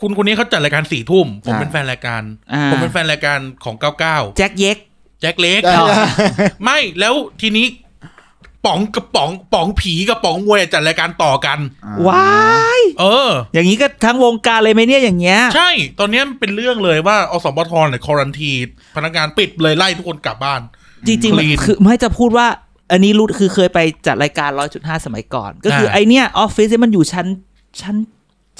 B: คุณคนนี้เขาจัดรายการสี่ทุ่มผม
C: อ่า
B: เป็นแฟนรายการ
A: อ่า
B: ผมเป็นแฟนรายการของเก้าเก้า
A: แจ็คเย็ก
B: แจ็คเล็ก
A: อ๋อ
B: ไม่แล้วทีนี้ป๋องกับป๋องป๋องผีกับป๋องมวยจัดรายการต่อกัน
C: อ่า
A: ว้าย
B: เออ
A: อย่างนี้ก็ทั้งวงการเลยไหมเนี่ยอย่างเงี้ย
B: ใช่ ตอนเนี้ยมันเป็นเรื่องเลยว่าอสมทเนี่ยคอรันทีพนักงานปิดเลยไล่ทุกคนกลับบ้าน
A: จริงๆมัน
B: Clean
A: คือไม่จะพูดว่า อันนี้รู้คือเคยไปจัดรายการร้อยจุดห้าสมัยก่อน ก็คืออา ไอเนี่ยออฟฟิศเนี่ยมันอยู่ชั้นชั้น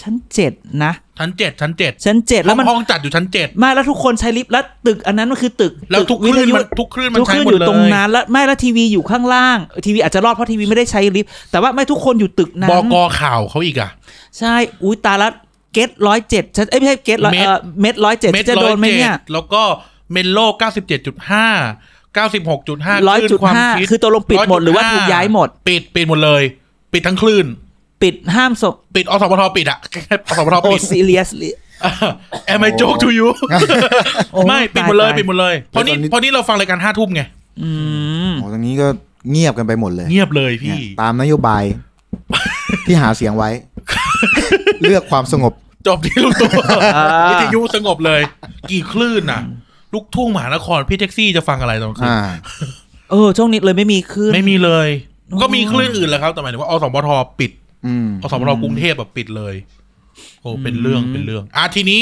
A: ชั้นเจ็ดนะ
B: ชั้นเจ็ดชั้นเจ็ด
A: ชั้นเจ็ดแล้วมัน
B: ห้องจัดอยู่ชั้นเจ็ด
A: ไมาแล้วทุกคนใช้ลิฟต์แล้วตึกอันนั้นมันคือตึก
B: แล้วทุกค
A: วิท
B: ลื่น
A: ยุ
B: มันทุกคลื่นมัน
A: ทุกค
B: ใช้
A: ลื่นอ
B: หมด
A: ยู่
B: เลย
A: ตรงนั้นแล้วไม่แล้วทีวีอยู่ข้างล่างทีวีอาจจะรอดเพราะทีวีไม่ได้ใช้ลิฟต์แต่ว่าไม่ทุกคนอยู่ตึกนั้น
B: บกข่าวเขาอีกอ่ะ ใ
A: ใช่อุ้ยตายละเกตร้อยเจ็ดฉันเอ้ยไม่ใช่เกตร้อย
B: เม็ด
A: เอ่อเม็ดร้อยเจ็ด
B: เม็ด
A: จะโดนไหมเนี่ย
B: 107แล้วก็เมนโลเก้าสิบเจ็ดจุดห้าเก้าสิบหกจุดห้า
A: ร้อยจุดห้าคือตัวลงปิดหมดหรือว่าถูกย้ายหมด
B: ปิดปิดหมดเลย ปิดทั้งคลื่น
A: ปิดห้ามส่ง
B: ปิดอสมทปิดอะ อสมท
A: โอ้
B: ปิด
A: ซี เรียส
B: แอมไอโจ๊กทู ยู
A: โอ้
B: ไม่ ปิดหมดเลย
A: ตาย
B: ปิดหมดเลยเพราะนี่
C: ตอนนี้
B: เพราะนี่เราฟังรายการห้าทุ่มไง
A: อืม
C: โอ้ตรงนี้ก็เงียบกันไปหมดเลย
B: เงียบเลย
C: เนี่
B: พี่
C: ยตามนโยบาย ที่หาเสียง ไว้ เลือกความสงบ
B: จบที่ลุงตู่
A: อ่า
B: วิทยุสงบเลย กี่คลื่นน่ะ ลูกทุ่งมหานครพี่แท็กซี่จะฟังอะไรตอนกลางคืน
C: อ่า
A: เออช่วงนี้เลยไม่มีคลื่น
B: ไม่มีเลย
A: อืม
B: ก็มีคลื่นอื่นแหละครับ แต่หมายถึงว่าอสมทปิด
C: อืม
B: อสมทกรุงเทพแบบปิดเลย โอ้เป็นเรื่องเป็นเรื่อง อ่ะทีนี้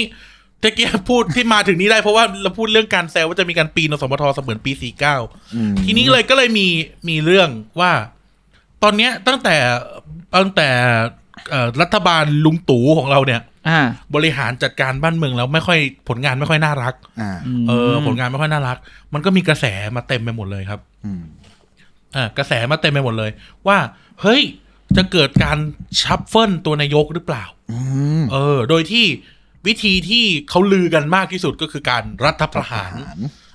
B: ตะเกียบพูดที่มาถึงนี้ได้เพราะว่าเราพูดเรื่องการแซวว่าจะมีการปีนอสมทเสมือนปีสี่เก้า
C: อืม
B: ทีนี้เลยก็เลยมีมีเรื่องว่า ตอนเนี้ยตั้งแต่ตั้งแต่เอ่อรัฐบาลลุงตู่ของเราเนี่ย
A: อ่า
B: บริหารจัดการบ้านเมืองแล้วไม่ค่อยผลงานไม่ค่อยน่ารัก
C: อ่า
B: เออผลงานไม่ค่อยน่ารัก มันก็มีกระแสมาเต็มไปหมดเลยครับ
C: อืม
B: อ่ากระแสมาเต็มไปหมดเลย ว่า เฮ้ย จะเกิดการชัฟเฟิลตัวนายกหรือเปล่า
C: อืม
B: เออ โดยที่วิธีที่เขาลือกันมากที่สุดก็คือการรัฐประหาร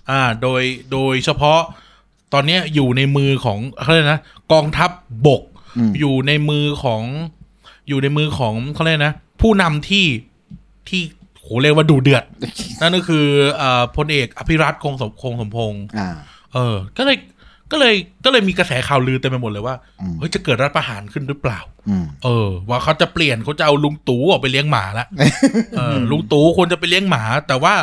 B: อ่า โดยโดยเฉพาะตอนเนี้ยอยู่ในมือของเขาเรียกนะกองทัพบบก อยู่ในมือของ อยู่ในมือของเขาเรียกนะ ผู้นำที่ที่โหเรียกว่าดูเดือด นั่นก็คืออ่าพลเอกอภิรัตคงสมคงสมพงษ์
C: อ่า
B: เออ ก็เลย ก็เลย ก็เลยมีกระแสข่าวลือเต็มไปหมดเลยว่า
C: อืม
B: เฮ้ย จะเกิดรัฐประหารขึ้นหรือเปล่า
C: อืม
B: เออ ว่าเขาจะเปลี่ยนเขาจะเอาลุงตู่ออกไปเลี้ยงหมาละเออ ลุงตู่ควรจะไปเลี้ยงหมา แต่ว่า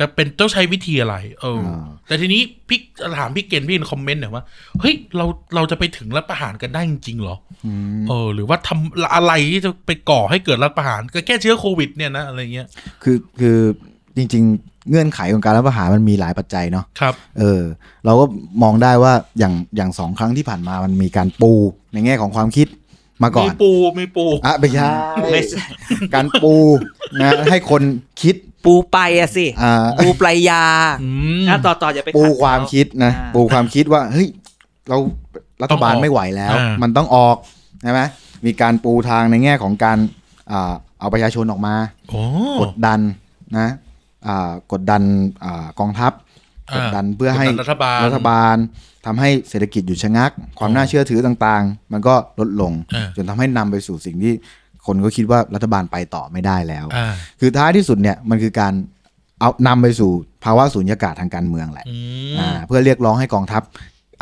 B: จะเป็นต้องใช้วิธีอะไร เออ
C: อ่า
B: แต่ทีนี้พี่ถามพี่เกณฑ์พี่ในคอมเมนต์หน่อยว่า เฮ้ย เรา เราจะไปถึงรัฐประหารกันได้จริงๆเหรอ
C: อืม
B: เออ หรือว่าทำอะไรที่จะไปก่อให้เกิดรัฐประหาร ก็แก้เชื้อโควิดเนี่ยนะอะไรเงี้ย
C: คือคือจริง ๆ เงื่อนไขของการรัฐประหารมันมีหลายปัจจัยเนาะ
B: ครับ
C: เออ เราก็มองได้ว่าอย่างอย่างสองครั้งที่ผ่านมามันมีการปูในแง่ของความคิดมาก่อ
B: มี
C: น
B: ปูมีปู
C: อ่ะไม่ใช่
A: ไม่ใช่
C: การปูนะให้คนคิด
A: ปูไปอะสิ
C: อ่า
A: ปูปลายยา
B: อืม
A: อ่ะต่อต่ออย่าไปขัด
C: ปู
A: เข
C: ความคิดนะ
A: อ่า
C: ปูความคิดว่าเฮ้ยเรารัฐบาลไม่ไหวแล้ว
B: อ่ามั
C: มันต้องออกใช่ไหมมีการปูทางในแง่ของการอ่าเอาประชาชนออกมา
B: โอ้
C: กดดันนะอ่ากดดันอ่ากองทัพ
B: อ่าก
C: ดดันเพื่อให้
B: กดดันรัฐบาล
C: รัฐบาลทำให้เศรษฐกิจหยุดชะงัก ความน่าเชื่อถือต่างๆ มันก็ลดลง
B: อ่า
C: จนทำให้นำไปสู่สิ่งที่คนก็คิดว่ารัฐบาลไปต่อไม่ได้แล้ว
B: อ่า
C: คือท้ายที่สุดเนี่ยมันคือการเอานำไปสู่ภาวะสุญญากาศทางการเมืองแหละ
B: อืม
C: อ่าเพื่อเรียกร้องให้กองทัพ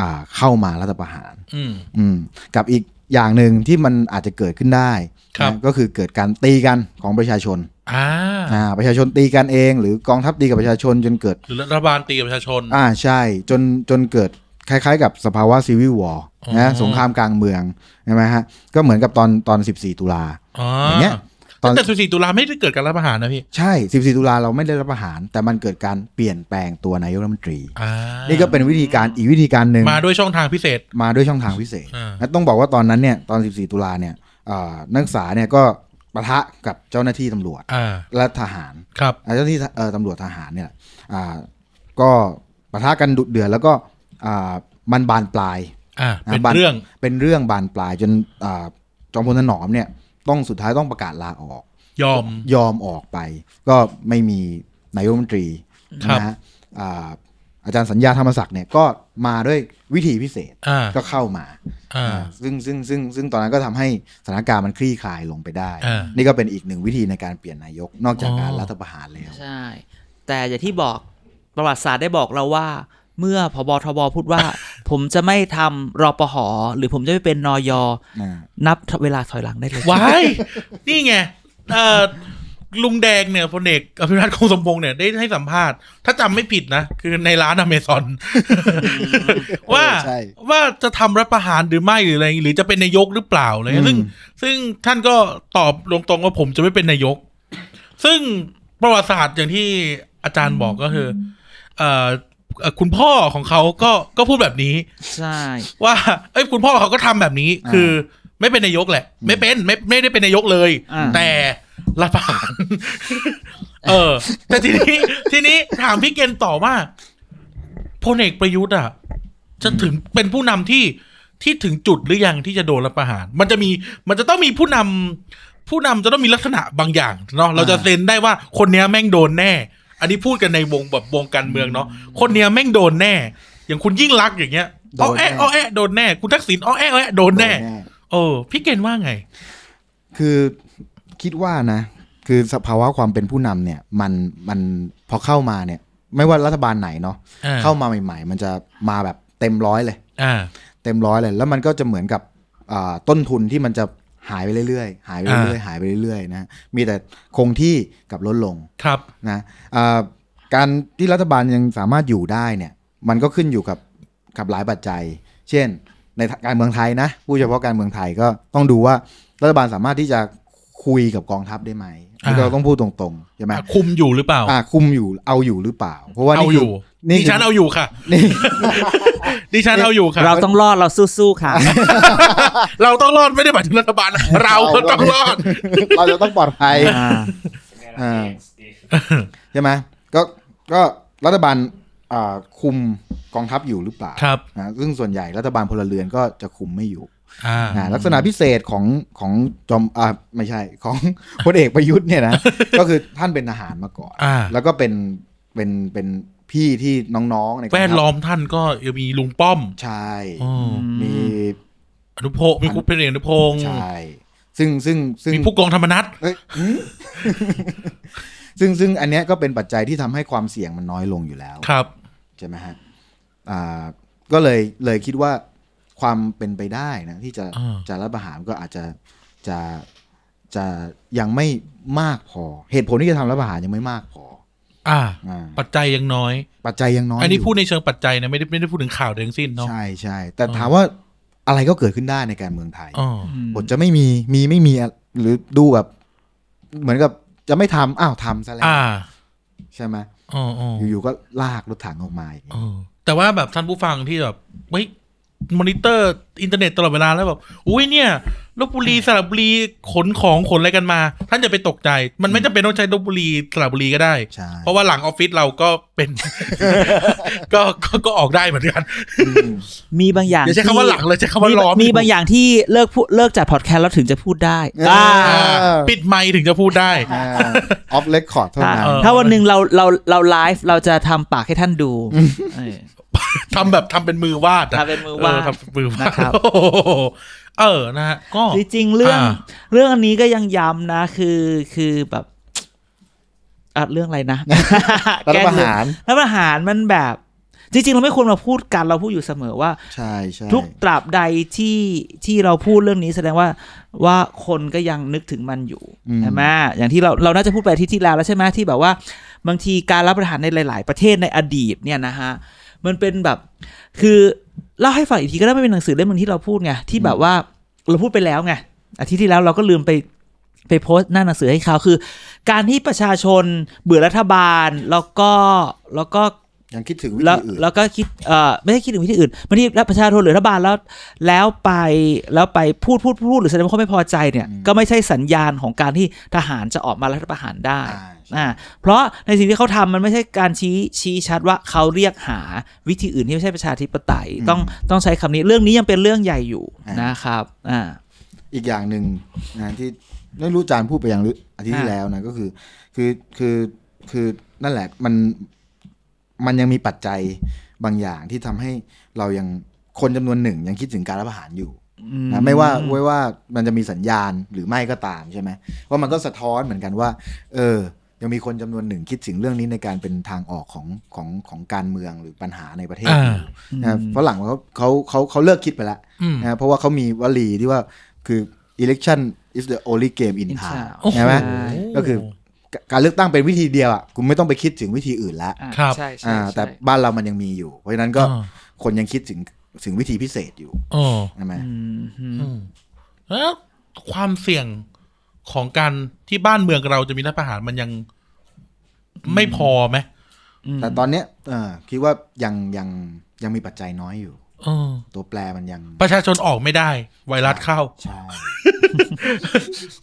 C: อ่าเข้ามารัฐประหาร
B: อืม
C: อืมกับอีกอย่างหนึ่งที่มันอาจจะเกิดขึ้นได้
B: ครับ
C: นะก็คือเกิดการตีกันของประชาชน
B: อ่า
C: อ่าประชาชนตีกันเองหรือกองทัพตีกับประชาชนจนเกิด
B: หรือรัฐบาลตีกับประชาชน
C: อ่าใช่จนจนเกิดคล้ายๆ กับสภาวะซีวิววอร์
B: อ๋อ
C: นะสงครามกลางเมืองใช่ไหมฮะก็เหมือนกับตอนตอน 14 ตุลา
B: อ๋อ
C: อ
B: อย่าง
C: เงี้ยตอน
B: แต่สุสีตุลาไม่ได้เกิดการรัฐประหารนะพี่
C: ใช่ 14 ตุลาเราไม่ได้รับประหาร แต่มันเกิดการเปลี่ยนแปลงตัวนายกรัฐมนตรี
B: อ่า
C: นี่ก็เป็นวิธีการอีกวิธีการหนึ่ง
B: มาด้วยช่องทางพิเศษ
C: มาด้วยช่องทางพิเศษ
B: อ่า
C: และต้องบอกว่าตอนนั้นเนี่ยตอน 14 ตุลาเนี่ยอ่านักศึกษาเนี่ยก็ปะทะกับเจ้าหน้าที่ตำรวจ
B: อ่า
C: และทหาร
B: ครับ
C: อ่าเจ้าหน้าที่เอ่อตำรวจทหารเนี่ยอ่าก็ปะทะกันดุเดือดแล้วก็อ่ามันบานปลาย
B: อ่า
C: ะ
B: เป็น
C: บา
B: เรื่อง
C: เป็นเรื่องบานปลายจนอ่าจอมพลถนอมเนี่ยต้องสุดท้ายต้องประกาศลาออก
B: ยอม
C: ยอมออกไป ก็ไม่มีนายกรัฐมนตรี
B: ครับ
C: นะฮะอ่าอาจารย์สัญญาธรรมศักดิ์เนี่ยก็มาด้วยวิธีพิเศษ
B: อ่า
C: ก็เข้ามา
B: อ่า
C: อ่าซึ่งซึ่งซึ่งซึ่งตอนนั้นก็ทำให้สถานการณ์มันคลี่คลายลงไปได้
B: อ่านี่
C: นี่ก็เป็นอีกหนึ่งวิธีในการเปลี่ยนนายกนอกจากการ
B: อ๋อ
C: รัฐประหารแล้ว
A: ใช่ แต่อย่างที่บอกประวัติศาสตร์ได้บอกเราว่า เมื่อพบทบพูดว่า ผมจะไม่ทำรอปหหรือผมจะไม่เป็นนอย
C: อ่า
A: นับเวลาถอยหลังได้เลย
B: ว้าย นี่ไงเอ่อลุงแดงเนี่ยพลเอกอภิรัตคงสมพงษ์เนี่ยได้ให้สัมภาษณ์ ถ้าจำไม่ผิดนะ คือในร้านอเมซ อนว่า
C: ใช่
B: ว่าจะทำรัฐประหารหรือไม่หรืออะไรหรือจะเป็นนายกหรือเปล่าอะไร
C: อืม
B: ซึ่ง ซึ่งท่านก็ตอบตรงๆว่าผมจะไม่เป็นนายก ซึ่งประวัติศาสตร์อย่างที่อาจารย์บอกก็คือเอ่อเอ่อคุณพ่อของเขาก็ก็พูดแบบนี้
A: ใช่
B: ว่าเอ้ยคุณพ่อเขาก็ทำแบบนี้
C: อ่า
B: คือไม่เป็นนายกแหละ ไม่เป็นไม่ไม่ได้เป็นนายกเลย
A: อ่า
B: แต่รัฐประหาร เออ แต่ทีนี้ ทีนี้ถามพี่เกณฑ์ต่อว่าพลเอกประยุทธ์อ่ะ จะถึงเป็นผู้นำที่ที่ถึงจุดหรือยังที่จะโดนรัฐประหาร มันจะมีมันจะต้องมีผู้นำผู้นำจะต้องมีลักษณะบางอย่างเนาะเราจะเซ็นได้ว่าคนเนี้ยแม่งโดนแน่ อันนี้พูดกันในวงแบบวงการเมืองเนาะคนเนี้ยแม่งโดนแน่ อย่างคุณยิ่งรักษณ์อย่างเงี้ย
C: โด
B: อ้อน
C: แน่
B: แอะอ้อแอะโดนแน่ คุณทักษิณอ้อแอะอ้อแอะโดนแน่ เออ พี่เกณฑ์ว่าไง
C: คือคิดว่านะ คือสภาวะความเป็นผู้นำเนี่ย มันมันพอเข้ามาเนี่ย ไม่ว่ารัฐบาลไหนเนาะ
B: อ่า
C: เข้ามาใหม่ ๆ มันจะมาแบบเต็มร้อยเลย
B: อ่า
C: เต็มร้อยเลย แล้วมันก็จะเหมือนกับอ่าต้นทุนที่มันจะหายไปเรื่อยๆ หายไปเรื่อยๆหายไปเรื่อยๆนะมีแต่คงที่กับลดลง
B: ครับ
C: นะอ่าการที่รัฐบาลยังสามารถอยู่ได้เนี่ย มันก็ขึ้นอยู่กับกับหลายปัจจัย เช่น ในการเมืองไทยนะผู้เฉพาะการเมืองไทยก็ต้องดูว่ารัฐบาลสามารถที่จะคุยกับกองทัพได้ไหม
B: อ่า
C: เราต้องพูดตรงๆใช่ไหม
B: คุมอยู่หรือเปล่า
C: อ่าคุมอยู่เอาอยู่หรือเปล่า เพราะว่านี่
B: เอา
C: คื
B: อยู่
C: อ นี่
B: ดิ
C: คือ
B: ฉันเอาอยู่ค่ะ
C: นี่
B: ดิฉันเอาอยู่ค่ะ
A: เราต้องรอดเราสู้ๆค่ะ
B: เราต้องรอดไม่ได้หมายถึงรัฐบาล นะเราต้องรอด
C: เราจะต้องปลอด ภัย
A: อ่า
C: อ่า ใช่ไหมก็ก็รัฐบาลอ่าคุมกองทัพอยู่หรือเปล่า
B: ครับ
C: นะซึ่งส่วนใหญ่รัฐบาลพลเรือนก็จะคุมไม่อยู่
B: อ่า
C: นะลักษณะพิเศษของของจอมอ่าไม่ใช่ของ พลเอกประยุทธ์เนี่ยนะ ก็คือท่านเป็นทหารมาก่อน
B: อ่า
C: แล้วก็เป็นเป็นเป็นพี่ที่น้องๆในกงทัพ
B: แวดล้อมท่านก็ยังมีลุงป้อม
C: ใช่
B: อ๋อ
C: มี
B: อนุพงศ์มีคุณเป็นเอกอนุพงศ์
C: ใช่ ซึ่งซึ่งซึ่ง
B: มีผู้กองธรรมนัฐ
C: เอ้ยหืม ซึ่งซึ่งอันเนี้ยก็เป็นปัจจัยที่ทำให้ความเสี่ยงมันน้อยลงอยู่แล้ว
B: ครับ
C: ใช่ไหมฮะอ่า ก็เลยเลยคิดว่าความเป็นไปได้นะที่จะ
B: อ่า
C: จะรัฐประหารก็อาจจะจะจะยังไม่มากพอ เหตุผลที่จะทำรัฐประหารยังไม่มากพอ
B: อ่า
C: อ่า
B: ปัจจัยยังน้อย
C: ปัจจัยยังน้อย
B: อันนี้
C: ยู่
B: พูดในเชิงปัจจัยนะไม่ได้ไม่ได้พูดถึงข่าวเดทั้งสิ้นเนาะ
C: ใช่ใช่แต่ถามว่าอะไรก็เกิดขึ้นได้ในการเมืองไทย
B: อ๋อ
C: บทจะไม่มีมีไม่มีอะหรือดูแบบ เหมือนกับจะไม่ทำอ้าวทำซะแล้ว
B: อ่า
C: ใช่ไหม
B: อ๋ออ๋อ
C: อยู่ๆก็ลากรถถังออกมาอย่างเงี้ย
B: อ๋อแต่ว่าแบบท่านผู้ฟังที่แบบเฮ้ยมอนิเตอร์อินเทอร์เน็ตตลอดเวลาแล้วแบบอุ้ยเนี่ยลบบุรีสระบุรีขนของขนอะไรกันมา ท่านจะไปตกใจ มันไม่จำเป็นต้องใช้ลบบุรีสระบุรีก็ได้
C: ใช่
B: เพราะว่าหลังออฟฟิศเราก็เป็น ก็ก็ก็ออกได้เหมือนกัน
C: อืม
A: มีบางอย่าง
B: อย่าใช้คำว่าหลังเลยใช้คำว่าล้อม
A: มีบางอย่างที่เลิกพูดเลิกจัดพอดแคสต์แล้วถึงจะพูดได้อ่า
B: อ่าปิดไมค์ถึงจะพูดได้
C: ออฟเลคคอร์ดเท่านั้น
B: เออ
A: ถ้าวันหนึ่งเราเราเราไลฟ์เราจะทำปากให้ท่านดูเออ
B: ทำแบบทำเป็นมือวาดอะ
A: ทำเป็นมือวาด
B: เทำเป็นมือวาด
A: นะครับ
B: โอ้โหเออนะฮะก็
A: จริงๆเรื่อง
B: อ่า
A: เรื่องอันนี้ก็ยังย้ำนะ คือคือแบบอ่ะเรื่องอะไรนะ
C: รัฐประหาร
A: แล้ประหารมันแบบ จริง ๆ เราไม่ควรมาพูดกันเราพูดอยู่เสมอว่า
C: ใช่ใช่
A: ทุกตราบใดที่ที่เราพูดเรื่องนี้แสดงว่าว่าคนก็ยังนึกถึงมันอยู่ใช่ไหมอย่างที่เราเราน่าจะพูดไปอาที่ที่แล้วแล้วใช่ไหมที่แบบว่า บางทีการรับประทานในหลาย ๆ ประเทศในอดีตเนี่ยนะฮะมันเป็นแบบ คือเล่าให้ฟังอีกทีก็ได้ไม่เป็นหนังสือเล่มหนึงที่เราพูดไงที่แบบว่าเราพูดไปแล้วไงอาทิตย์ที่แล้วเราก็ลืมไปไปโพสต์หน้าหนังสือให้เขาคือ การที่ประชาชนเบื่อรัฐบาลแล้วก็แล้วก็
C: ยังคิดถึงวิ
A: แล้ว
C: ธีอื่น
A: แล้วก็คิดเอ่อไม่ใช่คิดถึงวิธีอื่นบางทีรับประชาชนหรือรัฐบาลแล้วแล้วไปแล้วไปพูดพูดพูดหรือแสดงความไม่พอใจเนี่ย ก็ไม่ใช่สัญญาณของการที่ทหารจะออกมารัฐประหารได้
C: อ่า
A: อ่าเพราะในสิ่งที่เขาทำมันไม่ใช่การชี้ชี้ชัดว่าเขาเรียกหาวิธีอื่นที่ไม่ใช่ประชาธิปไตยต้องต้องใช้คำนี้เรื่องนี้ยังเป็นเรื่องใหญ่อยู่นะครับอ่า
C: อีกอย่างหนึ่งนะที่ไม่รู้จารย์พูดไปอย่างหรืออาทิตย์ที่แล้วนะก็คือ คือคือคือนั่นแหละมันมันยังมีปัจจัยบางอย่างที่ทำให้เรายังคนจำนวนหนึ่งยังคิดถึงการรับประหารอยู่
A: อื
C: นะไม่ว่าไม่ว่ามันจะมีสัญญาณหรือไม่ก็ตามใช่ไหมว่ามันก็สะท้อนเหมือนกันว่า เออ ยังมีคนจำนวนหนึ่งคิดถึงเรื่องนี้ในการเป็นทางออกของของของการเมืองหรือปัญหาในประเทศ
B: อ่า
C: อยู่นะฝรั่งเขาเขาเขาเขาเลิกคิดไปแล้ว
B: อืม
C: นะเพราะว่าเขามีวลีที่ว่าคือ election is the only game in
A: In
C: town
A: town
B: โอ้โ
C: ใช่ไหม
A: ห
C: ก็คือ การเลือกตั้งเป็นวิธีเดียวอ่ะคุณไม่ต้องไปคิดถึงวิธีอื่นละ
A: อ่า
B: ครับ
A: ใช่ใช่
C: อ่า
A: ใช่
C: แต่บ้านเรามันยังมีอยู่ เพราะฉะนั้นก็
B: อ่า
C: คนยังคิดถึงถึงวิธีพิเศษอยู่
B: อ๋อ
C: ใช่ไหม
A: อืมอืม
B: อืมแล้วความเสี่ยงของการที่บ้านเมืองเราจะมีรัฐประหารมันยังไม่พอไหม
C: แต่ตอนเนี้ยเอ่อคิดว่ายังยังยังมีปัจจัยน้อยอยู่
B: เออ
C: ตัวแปรมันยัง
B: ประชาชนออกไม่ได้ ไวรัสเข้า
C: ใช่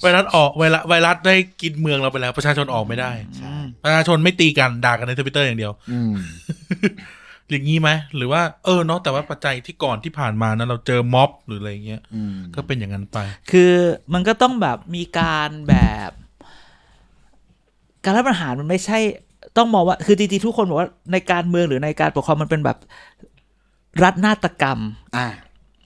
B: ไวรัสออกไวรัสไวรัสได้กินเมืองเราไปแล้ว ประชาชนออกไม่ได้
C: ใช่
B: ประชาชนไม่ตีกันด่ากันในทวิตเตอร์อย่างเดียว
C: อืม
B: อย่างนี้ไหมหรือว่าเออเนาะแต่ว่าปัจจัยที่ก่อนที่ผ่านมานะเราเจอม็อบหรืออะไรอย่างเงี้ย
C: อืม
B: ก็เป็นอย่างนั้นไป
A: คือมันก็ต้องแบบมีการแบบ การรัฐประหารมันไม่ใช่ ต้องมองว่า คือจริงๆทุกคนบอกว่าในการเมืองหรือในการปกครองมันเป็นแบบรัฐนาฏกรรม
C: อ่า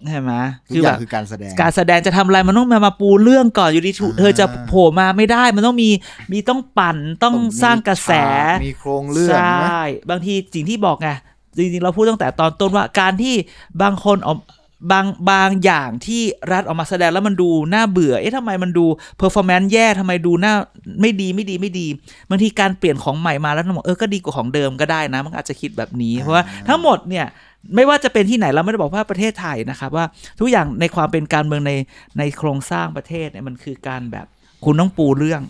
A: ใช่ไหม
C: ทุกอ
A: แบ
C: ย่าง
A: บ
C: คือการแสดง
A: การแสดงจะทำอะไรมันต้องมามาปูเรื่องก่อนอยู่ดีถู
C: อ่า
A: เธอจะโผล่มาไม่ได้ มันต้องมีมีต้องปั่นต้อง
C: มี
A: สร้างกระแส
C: ฉากมีโครงเรื่อง
A: ใช
C: นะ
A: ่ บางทีสิ่งที่บอกไงจริงๆเราพูดตั้งแต่ตอนต้นว่าการที่บางคนออกบางบางอย่างที่รัฐออกมาแสดงแล้วมันดูน่าเบื่อ เอ๊ะทำไมมันดูเพอร์ฟอร์แมนซ์แย่ทำไมดูน่าไม่ดีไม่ดีไม่ดีบางทีการเปลี่ยนของใหม่มาแล้วมันบอกเออก็ดีกว่าของเดิมก็ได้นะ มันอาจจะคิดแบบนี้เพราะว่าทั้งหมดเนี่ยไม่ว่าจะเป็นที่ไหนเราไม่ได้บอกว่าประเทศไทยนะครับว่าทุกอย่างในความเป็นการเมืองในในโครงสร้างประเทศเนี่ยมันคือการแบบคุณต้องปูเรื่อง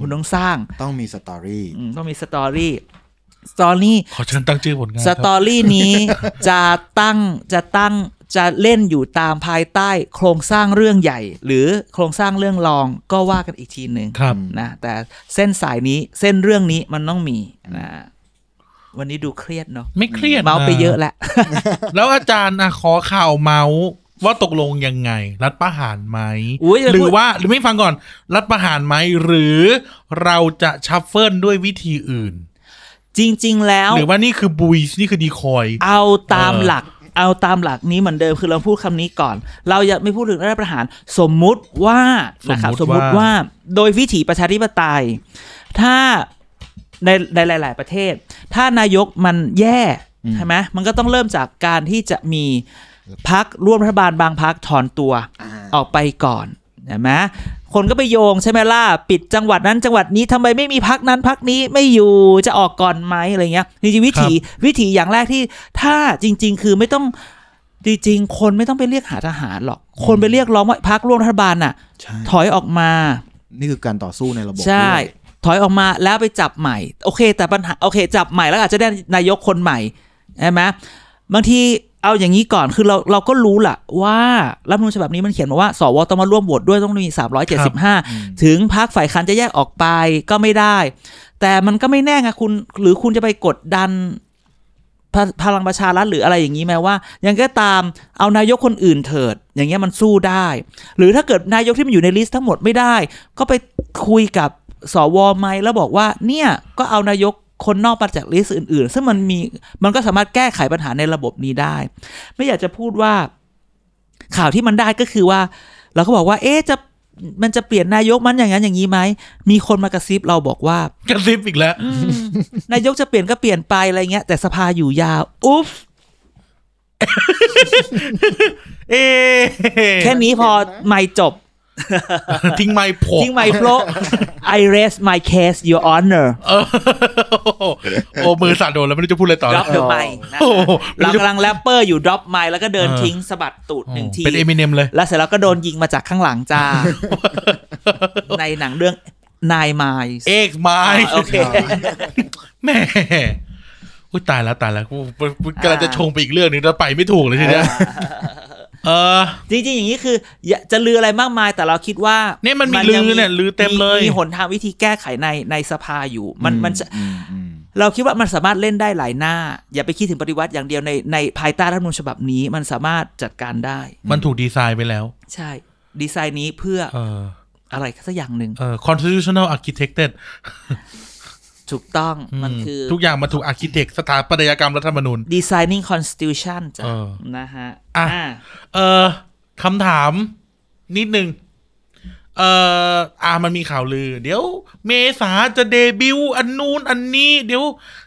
A: คุณต้องสร้าง
C: ต้องมีสตอรี่
A: อืมต้องมีสตอรี่ สตอรี่
B: ขอเชิญตั้งชื่อผลงาน
A: ส
B: ครับ
A: ตอรี่นี้จะตั้ง จะตั้งจะเล่นอยู่ตามภายใต้โครงสร้างเรื่องใหญ่ หรือโครงสร้างเรื่องรองก็ว่ากันอีกทีหนึ่ง
B: ครับ
A: นะแต่เส้นสายนี้เส้นเรื่องนี้มันต้องมีนะวันนี้ดูเครียดเนาะ
B: ไม่เครียด
A: เมาส์ไปเยอะแล้ว
B: แล้วอาจารย์อะขอข่าวเมาส์ว่าตกลงยังไง รัฐประหารไหม
A: อุ๊ยอย่า
B: หรื
A: พู
B: อ
A: ด
B: ว่าหรือไม่ฟังก่อน รัฐประหารไหมหรือเราจะชัฟเฟิลด้วยวิธีอื่น
A: จริง ๆ แล้ว
B: หรือว่านี่คือบุยนี่คือดีคอย
A: เอาตาม
B: เออ
A: หลัก เอาตามหลักนี้เหมือนเดิมคือเราพูดคำนี้ก่อน เราอย่าไม่พูดถึงรัฐประหาร สมมุติว่านะครับสมมุติว่าโดยวิถีประชาธิปไตย ถ้าในในหลาย ๆ ประเทศ ถ้านายกมันแย่ใช่ไหมมันก็ต้องเริ่มจากการที่จะมีพักร่วมรัฐบาลบางพักถอนตัว
C: อ่า
A: ออกไปก่อนใช่ไหมคนก็ไปโยงใช่ไหมล่ะ ปิดจังหวัดนั้นจังหวัดนี้ทำไมไม่มีพักนั้นพักนี้ไม่อยู่จะออกก่อนไหมอะไรเงี้ยจริงๆวิถีวิถีอย่างแรกที่ถ้าจริง ๆ คือไม่ต้องจริงๆ คนไม่ต้องไปเรียกหาทหารหรอก คนไปเรียกร้องว่าพักร่วมรัฐบาลน่ะ
C: ใช่
A: ถอยออกมา
C: นี่คือการต่อสู้ในระบบ
A: ใช่
C: ด้วย
A: ถอยออกมาแล้วไปจับใหม่ โอเค แต่ปัญหาโอเค จับใหม่แล้วอาจจะได้นายกคนใหม่ใช่ไหมบางทีเอาอย่างนี้ก่อนคือเราเราก็รู้ล่ะ ว่ารัฐธรรมนูญฉบับนี้มันเขียนมาว่าสวต้องมาร่วมโหวตด้วยต้องมี 375 ถึงพรรคฝ่ายค้านจะแยกออกไปก็ไม่ได้ แต่มันก็ไม่แน่ไงคุณ หรือคุณจะไปกดดันพพลังประชารัฐหรืออะไรอย่างนี้ไหมว่ายังก็ตามเอานายกคนอื่นเถิด อย่างเงี้ยมันสู้ได้ หรือถ้าเกิดนายกที่มันอยู่ในลิสต์ทั้งหมดไม่ได้ ก็ไปคุยกับสวไหมแล้วบอกว่า เนี่ยก็เอานายกคนนอกมาจากลิสต์อื่น ๆ ซึ่งมันมีมันก็สามารถแก้ไขปัญหาในระบบนี้ได้ ไม่อยากจะพูดว่า ข่าวที่มันได้ก็คือว่า เราก็บอกว่า เอ๊ะจะมันจะเปลี่ยนนายกมันอย่างนั้นอย่างนี้ไหมมีคนมากระซิบเราบอกว่า
B: กระซิบอีกแล้ว
A: นายกจะเปลี่ยนก็เปลี่ยนไปอะไรเงี้ยแต่สภาอยู่ยาว อุ๊บ
B: เอ๊ะ
A: แค่นี้พอไม่จบ
B: ทิ้งไม้ผก
A: ทิ้งไม่โปร I rest my case your honor
B: เออ โอ้มือสั่นโดนแล้วไม่รู้จะพูดอะไรต่อ
A: ดร
B: แล้
A: อ
B: ว
A: ปเดอะไมค์นะ
B: โอ้โห
A: เรากำลังแรปเปอร์อยู่ดรอปไมค์แล้วก็เดินทิ้งสะบัดตูดหนึ่งที
B: เป็นเอมิเนมเลย
A: แล้วเสร็จแล้วก็โดนยิงมาจากข้างหลังจ้า ในหนังเรื่องนายไมล์
B: เอกไม้
A: โอเค
B: แหม่อุ้ยตายแล้วตายแล้วกูกูกูกำลังจะชงไปอีกเรื่องหนึงแล้วไปไม่ถูกเลยทีเนี้ยเออ
A: จริงๆ อย่างนี้คืออย่าจะลืออะไรมากมาย แต่เราคิดว่า
B: เนี่ยมันมี
A: ง
B: ลือเนี่ยลือเต็มเลย
A: มีหนทางวิธีแก้ไขในในสภาอยู่มันมันจะ
C: อืมอืม
A: เราคิดว่ามันสามารถเล่นได้หลายหน้า อย่าไปคิดถึงปฏิวัติอย่างเดียวในในภายใต้รัฐธรรมนูญฉบับนี้มันสามารถจัดการได้
B: มันถูกดีไซน์ไปแล้ว
A: ใช่ ดีไซน์นี้เพื่อ
B: เออ
A: อะไรสักอย่างหนึ่ง
B: เออ constitutional architected
A: ถูกต้องมัน
B: อืม
A: คือ
B: ทุกอย่างมันถูก architect สถาปัตยกรรมรัฐธรรมนูญ
A: designing constitution จ้ะ
B: เออ
A: นะฮะ
B: อ่ะ
A: อ่ะ
B: เออคำถามนิดนึง เอออ่ามันมีข่าวลือ เดี๋ยว เมษาจะเดบิวต์อันนู้นอันนี้ เดี๋ยว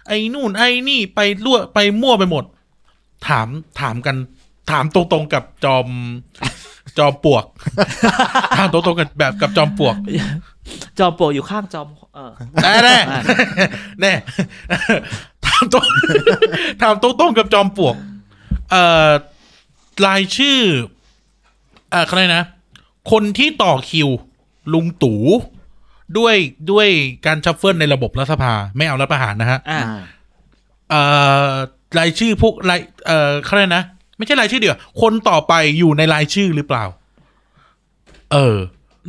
B: ไอ้นู่นไอ้นี่ไปรั่วไปมั่วไปหมด ถามถามกัน ถามตรงๆกับจอม จอมปลวก ถามตรงๆกับแบบกับจอมปลวก
A: จอมโปรอยู่ข้างจอมเออ
B: แน่แน่แน่ถามตรงถามตรงๆกับจอมปลวก เอ่อรายชื่อเอ่อใครยกนะ คนที่ต่อคิว ลุงตู่ด้วยด้วยการชัฟเฟิลในระบบรัฐสภา ไม่เอารัฐประหารนะฮะ
A: อ่ะ
B: เอ่อรายชื่อพวกรายเอ่อใครยกนะ ไม่ใช่รายชื่อเดียว คนต่อไปอยู่ในรายชื่อหรือเปล่า เออ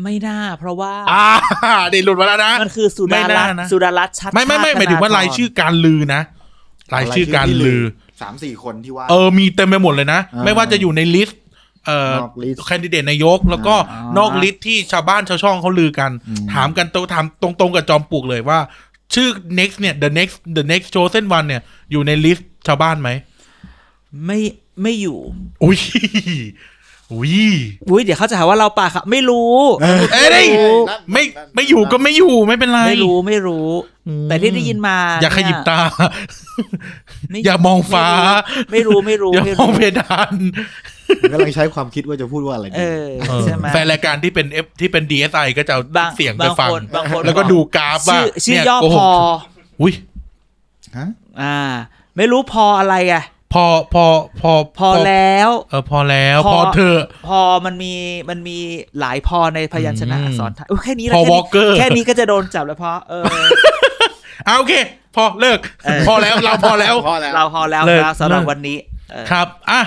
A: ไม่น่าเพราะว่า
B: อ่าได้หลุดมาแล้วนะ
A: มันคือสุ
B: ไม่
A: ดารั
B: น่า
A: ตน์
B: นะ
A: สุดารัตน์ชัด
B: ไม่ไม่ไม่
A: ชติ
B: หมายถึงว่า
A: ธน
B: รายชื่อการลือนะ รายชื่อการลือ
C: สามสี่คนที่ว่า
B: เออมีเต็มไปหมดเลยนะ
C: อ่า
B: ไม่ว่าจะอยู่ในลิสต์เอ่อน
C: อกลิสต์
B: แคนดิเดตนายก แล้วก็
A: อ๋อน
B: อกลิสต์ที่ชาวบ้านชาวช่องเขาลือกัน
C: อืม
B: ถามกันตรงถามตรงๆกับจอมปลวกเลยว่า ชื่อ next เนี่ย the next the next chosen one เนี่ย อยู่ในลิสต์ชาวบ้านไหม
A: ไม่ไม่อยู่
B: อุ้ยอุ้ย
A: อุ้ยเดี๋ยวเขาจะหาว่าเราปากครับไม่รู้
B: เอ้ยได้ไม่ไม่อยู่ก็ไม่อยู่ไม่เป็นไร
A: ไม่รู้ไม่รู้
B: อืม
A: แต่ที่ได้ยินมา
B: อย่าขยิบ
A: เนี่
B: ตา
A: ไม่
B: อย่ามองฟ้า
A: ไม่รู้ไม่รู้
B: อย่า
A: ไม่
B: มอ
A: รู้
B: งเพดาน
C: กำลังใช้ความคิดว่าจะพูดว่าอะไร
A: เอ
C: ดี
A: อ
B: เออ
A: ใช่ไหม
B: แฟนรายการที่เป็น F ที่เป็น DSI ก็จะเอา
A: บาง
B: เสียงไปฟัง
A: บางคนบางคน
B: แล้วก็
A: บอก
B: ดูกราฟว่า
A: ชื่อชื่อย่อ
B: เนี่โก
A: พ
B: ห
A: อก
B: อุ้ย
C: ฮะ
A: อ่า ไม่รู้พออะไรอ่ะ
B: พอพอพอ
A: พอแล้ว
B: เออพอแล้ว
A: พอ
B: พอเธอะ
A: พอมันมีมันมีหลายพอในพยัญชนะ
B: อืม
A: อักษรไทยโอ้แค่นี้
B: พอ
A: แค่นี้
B: Walker
A: แค่นี้ก็จะโดนจับแล้วเพราะเออ
B: เอาโอเค พอเลิก
A: เออ
B: พอแล้วเราพอแล้ว
C: พอ แล้ว
A: เราพอแล้ว
B: เลิก
A: นะสำหรับ
B: เลิก
A: วันนี้เออ
B: ครับอ่ะ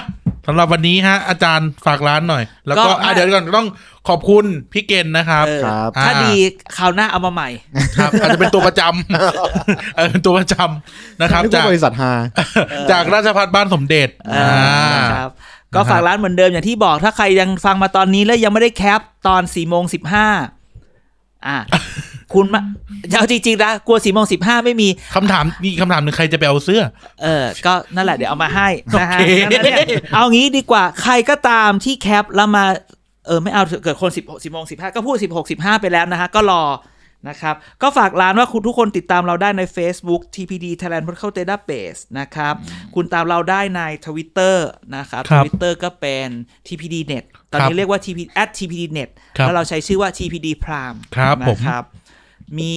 B: สำหรับวันนี้ฮะ อาจารย์ฝากร้านหน่อย แล้วก็
A: ก็
B: อ่ะเดี๋ยวก่อนต้องขอบคุณพี่เกณฑ์นะครับ
A: เออ
C: ครับ
A: ถ้า
B: อ่า
A: ดีคราวหน้าเอามาใหม่
B: ครับอาจจะเป็นตัวประจ ำ เออเป็นตัวประจำนะครับ
C: นึก
B: จา
C: ว่าก บริษัทฮา
B: จากราชพัฒบ้านสมเด็จ
A: เอออ
B: อ่า
A: ครับก็ฝากร้านเหมือนเดิมอย่างที่บอกถ้าใครยังฟังมาตอนนี้แล้วยังไม่ได้แคปตอนสี่โมงสิบห้าอ่ะ คุณมา เอาจริงๆนะกลัวสี่โมงสิบห้าไม่มี
B: คำถามมีคำถามหนึ่งใครจะไปเอาเสื้อ
A: เออ ก็นั่นแหละเดี๋ยวเอามาให้นะฮะ
B: โอเค
A: ดังนั้นเนี่ยเอางี้ดีกว่าใครก็ตามที่แคปแล้วมา เออ ไม่เอาเกิดคนสิบสิบโมงสิบห้าก็พูดสิบหกสิบห้าไปแล้วนะฮะ ก็รอนะครับ ก็ฝากร้านว่าคุณทุกคนติดตามเราได้ใน Facebook TPD Thailand Protocol Database นะครับ คุณตามเราได้ใน Twitter นะครับ
B: ครับ
A: Twitter ก็เป็น TPD Net ตอน
B: ครับ
A: นี้เรียกว่า TP at TPD Net
B: ครับ
A: แล้วเราใช้ชื่อว่า TPD Prime
B: ครับผม
A: นะครับ มี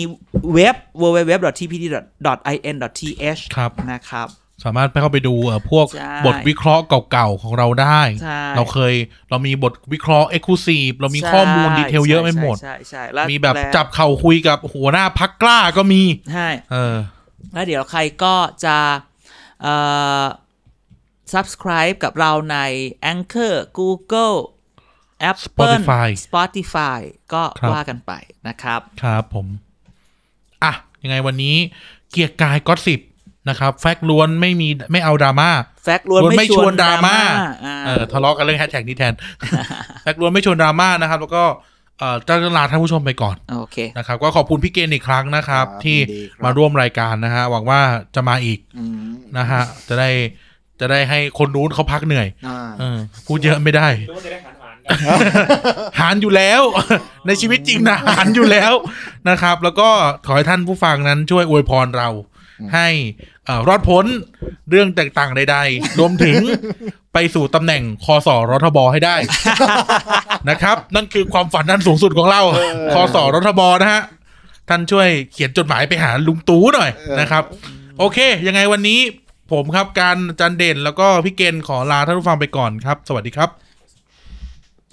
A: เว็บ www.tpd.in.th
B: ครับ
A: นะครับ
B: สามารถไปเข้าไปดูเอ่อพวก
A: ใช่
B: บทวิเคราะห์เก่าๆของเราได้
A: ใช่
B: เราเคยเรามีบทวิเคราะห์เอ็กซ์คลูซีฟเรามี
A: ใช่
B: ข้อมูลดีเทลเยอะไปหมด
A: ใช่ใช่ใช่ล้ว
B: มีแบบ
A: ล้ว
B: จับเข่าคุยกับหัวหน้าพักกล้าก็มี
A: ใช่
B: เออ
A: แล้วเดี๋ยวใครก็จะเอ่อ subscribe กับเราใน Anchor Google Apple
B: Spotify
A: Spotify ก็
B: ครับ
A: ว่ากันไปนะครับ
B: ครับผม อ่ะ ยังไงวันนี้เกียร์กายก็สิบนะครับ แฟกต์ล้วนไม่มีไม่เอาดราม่า
A: แฟกต์ล้วนไม่ชวนดราม่าอ่า
B: เออทะเลาะกันเรื่องแฮชแท็กนี้แท น แฟกต์ล้วนไม่ชวนดราม่านะครับ แล้วก็เอ่อจะลาท่านผู้ชมไปก่อน
A: โอเค
B: นะครับก็ขอบคุณพี่เกณฑ์อีกครั้งนะครับ
C: ครับ
B: ที่
C: ยินดีครับ
B: มาร่วมรายการนะฮะหวังว่าจะมาอีก
C: อืม
B: นะฮะ จะได้จะได้ให้คนนู้นเขาพักเหนื่อย
C: อ่า
B: เออพูดเยอะไม่ได้
D: หรือว่าจะได้หารหารกัน
B: หารอยู่แล้ว ในชีวิตจริงนะหารอยู่แล้ว นะครับ แล้วก็ขอให้ท่านผู้ฟังนั้นช่วยอวยพรเรา ให้เอ่อรอดพ้นเรื่องต่างๆใดๆรวมถึง ไปสู่ตำแหน่งคอสอรทบให้ได้ นะครับ นั่นคือความฝันนั้นสูงสุดของเราคอสอรทบนะฮะ ท่านช่วยเขียนจดหมายไปหาลุงตู่หน่อยนะครับ โอเค ยังไงวันนี้ผมครับการจันเด่นแล้วก็พี่เกณฑ์ขอลาท่านผู้ฟังไปก่อนครับ สวัสดีครับ
C: ส